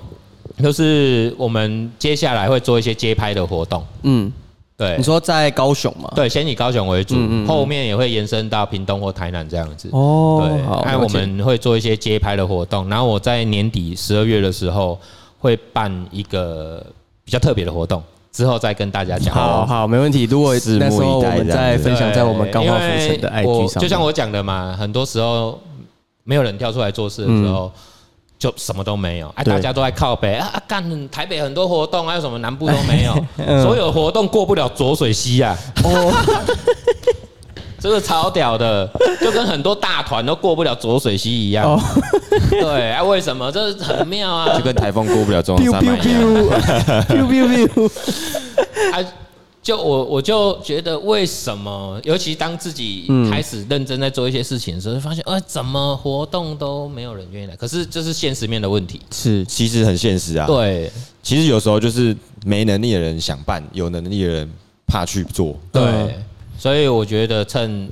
Speaker 3: 就是我们接下来会做一些街拍的活动，
Speaker 1: 嗯，
Speaker 3: 对
Speaker 1: 你。说嗯在高雄吗？
Speaker 3: 对，先以高雄为主，后面也会延伸到屏东或台南这样子。
Speaker 1: 哦，好
Speaker 3: 对，还有
Speaker 1: 了
Speaker 3: 我
Speaker 1: 解
Speaker 3: 们会做一些街拍的活动，然后我在年底十二月的时候会办一个比较特别的活动，之后再跟大家讲。
Speaker 1: 好好没问题。如果
Speaker 2: 拭目
Speaker 1: 那时候
Speaker 2: 以
Speaker 1: 我
Speaker 2: 待
Speaker 1: 们
Speaker 2: 这样
Speaker 1: 再
Speaker 2: 子
Speaker 1: 分享在我们
Speaker 3: 对
Speaker 1: 钢化浮
Speaker 3: 因为
Speaker 1: 城的
Speaker 3: 我
Speaker 1: IG 上面，
Speaker 3: 就像我讲的嘛，很多时候没有人跳出来做事的时候。就什么都没有，
Speaker 1: 嗯
Speaker 3: 哎、
Speaker 1: 对
Speaker 3: 大家都在靠北啊！啊干、台北很多活动，还有什么南部都 没有，
Speaker 1: 嗯
Speaker 3: 所有活动过不了浊水溪啊！
Speaker 1: 哦，
Speaker 3: 这个超 屌的，就跟很多大团都过不了浊水溪一样。
Speaker 1: 哦
Speaker 3: 对啊，为什么？这很妙 啊！
Speaker 2: 就跟台风过不了中央
Speaker 1: biu
Speaker 2: 山
Speaker 1: biu
Speaker 2: 脉一样。
Speaker 1: biu biu biu biu，
Speaker 3: 啊，就我我就觉得为什么，尤其当自己开始认真在做一些事情的时候，就发现，呃，怎么活动都没有人愿意来？可是这是现实面的问题。
Speaker 1: 是
Speaker 2: 其实很现实啊，
Speaker 3: 对
Speaker 2: 其实有时候就是没能力的人想办，有能力的人怕去做。
Speaker 3: 对
Speaker 1: 嗯，
Speaker 3: 所以我觉得趁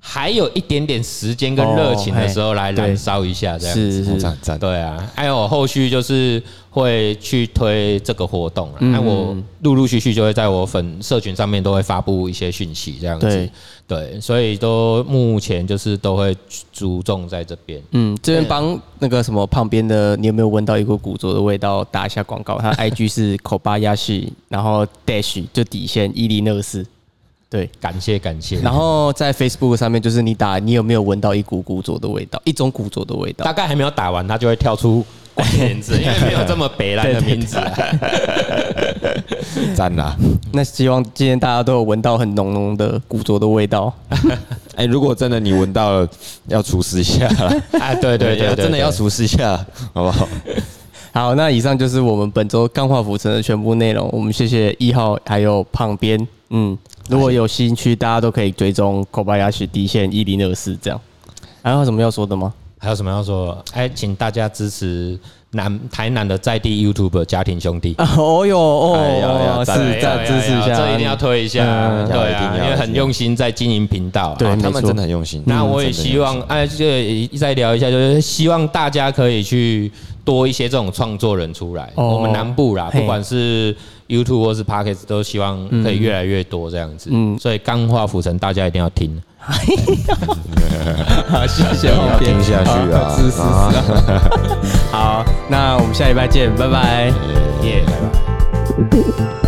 Speaker 3: 还有一点点时间
Speaker 1: 哦
Speaker 3: 跟热情的时候来燃烧一下，这样子。
Speaker 1: 是是
Speaker 2: 哦赞赞，
Speaker 3: 对啊，还有后续就是会去推这个活动啊，那、我陆陆续续就会在我粉社群上面都会发布一些讯息，这样子
Speaker 1: 对。
Speaker 3: 对，所以都目前就是都会注重在这边。
Speaker 1: 嗯，这边帮那个什么旁边的，你有没有闻到一股古着的味道？打一下广告，他 IG 是口巴亚系，然后 dash 就底线伊犁那斯，对。
Speaker 3: 感谢感谢。
Speaker 1: 然后在 Facebook 上面就是你打你有没有闻到一股古着的味道，一种古着的味道
Speaker 3: 大。概还没有打完，它就会跳出关键字，因为没有这么北蓝的名字啊。
Speaker 2: 赞啊啦！
Speaker 1: 那希望今天大家都有闻到很浓浓的古着的味道。
Speaker 2: 哎，如果真的你闻到了，要除湿一下啦。
Speaker 3: 啊，对对对对，
Speaker 2: 真的要除湿一下，好不好？
Speaker 1: 好，那以上就是我们本周钢化浮城的全部内容。我们谢谢一号还有旁边，嗯，如果有兴趣，大家都可以追踪口巴牙许底线一零二四这样。还有什么要说的吗？
Speaker 3: 还有什么要说？哎，请大家支持南台南的在地 YouTube 家庭兄弟。
Speaker 1: 哦哟
Speaker 2: 哎呀呀
Speaker 1: 哦，是
Speaker 2: 赞
Speaker 3: 哎
Speaker 1: 赞
Speaker 3: 要
Speaker 1: 支持一
Speaker 3: 要
Speaker 1: 下，
Speaker 3: 要这一定要推一下，
Speaker 1: 嗯
Speaker 3: 对
Speaker 2: 要一定
Speaker 3: 啊，
Speaker 2: 要
Speaker 3: 因为很用心在经营频道啊。
Speaker 1: 对
Speaker 2: 啊他
Speaker 1: 没
Speaker 2: 们
Speaker 1: 错
Speaker 2: 真的很用心。
Speaker 3: 那我也
Speaker 2: 嗯真的很
Speaker 3: 希
Speaker 2: 用
Speaker 3: 望，
Speaker 2: 心
Speaker 3: 哎，这个再聊一下，就是希望大家可以去多一些这种创作人出来。
Speaker 1: 哦
Speaker 3: 我们南部啦，
Speaker 1: 嘿
Speaker 3: 不管是 YouTube 或是 Pockets，都希望
Speaker 2: 嗯
Speaker 3: 可以越来越多这样子。
Speaker 1: 嗯
Speaker 3: 所以钢化浮城大家一定要听。
Speaker 1: 好，谢谢
Speaker 2: 要
Speaker 1: 旁边
Speaker 2: 听下去啊
Speaker 1: 好 支持支持啊。好，那我们下礼拜见，拜拜。
Speaker 3: 耶、
Speaker 1: Thank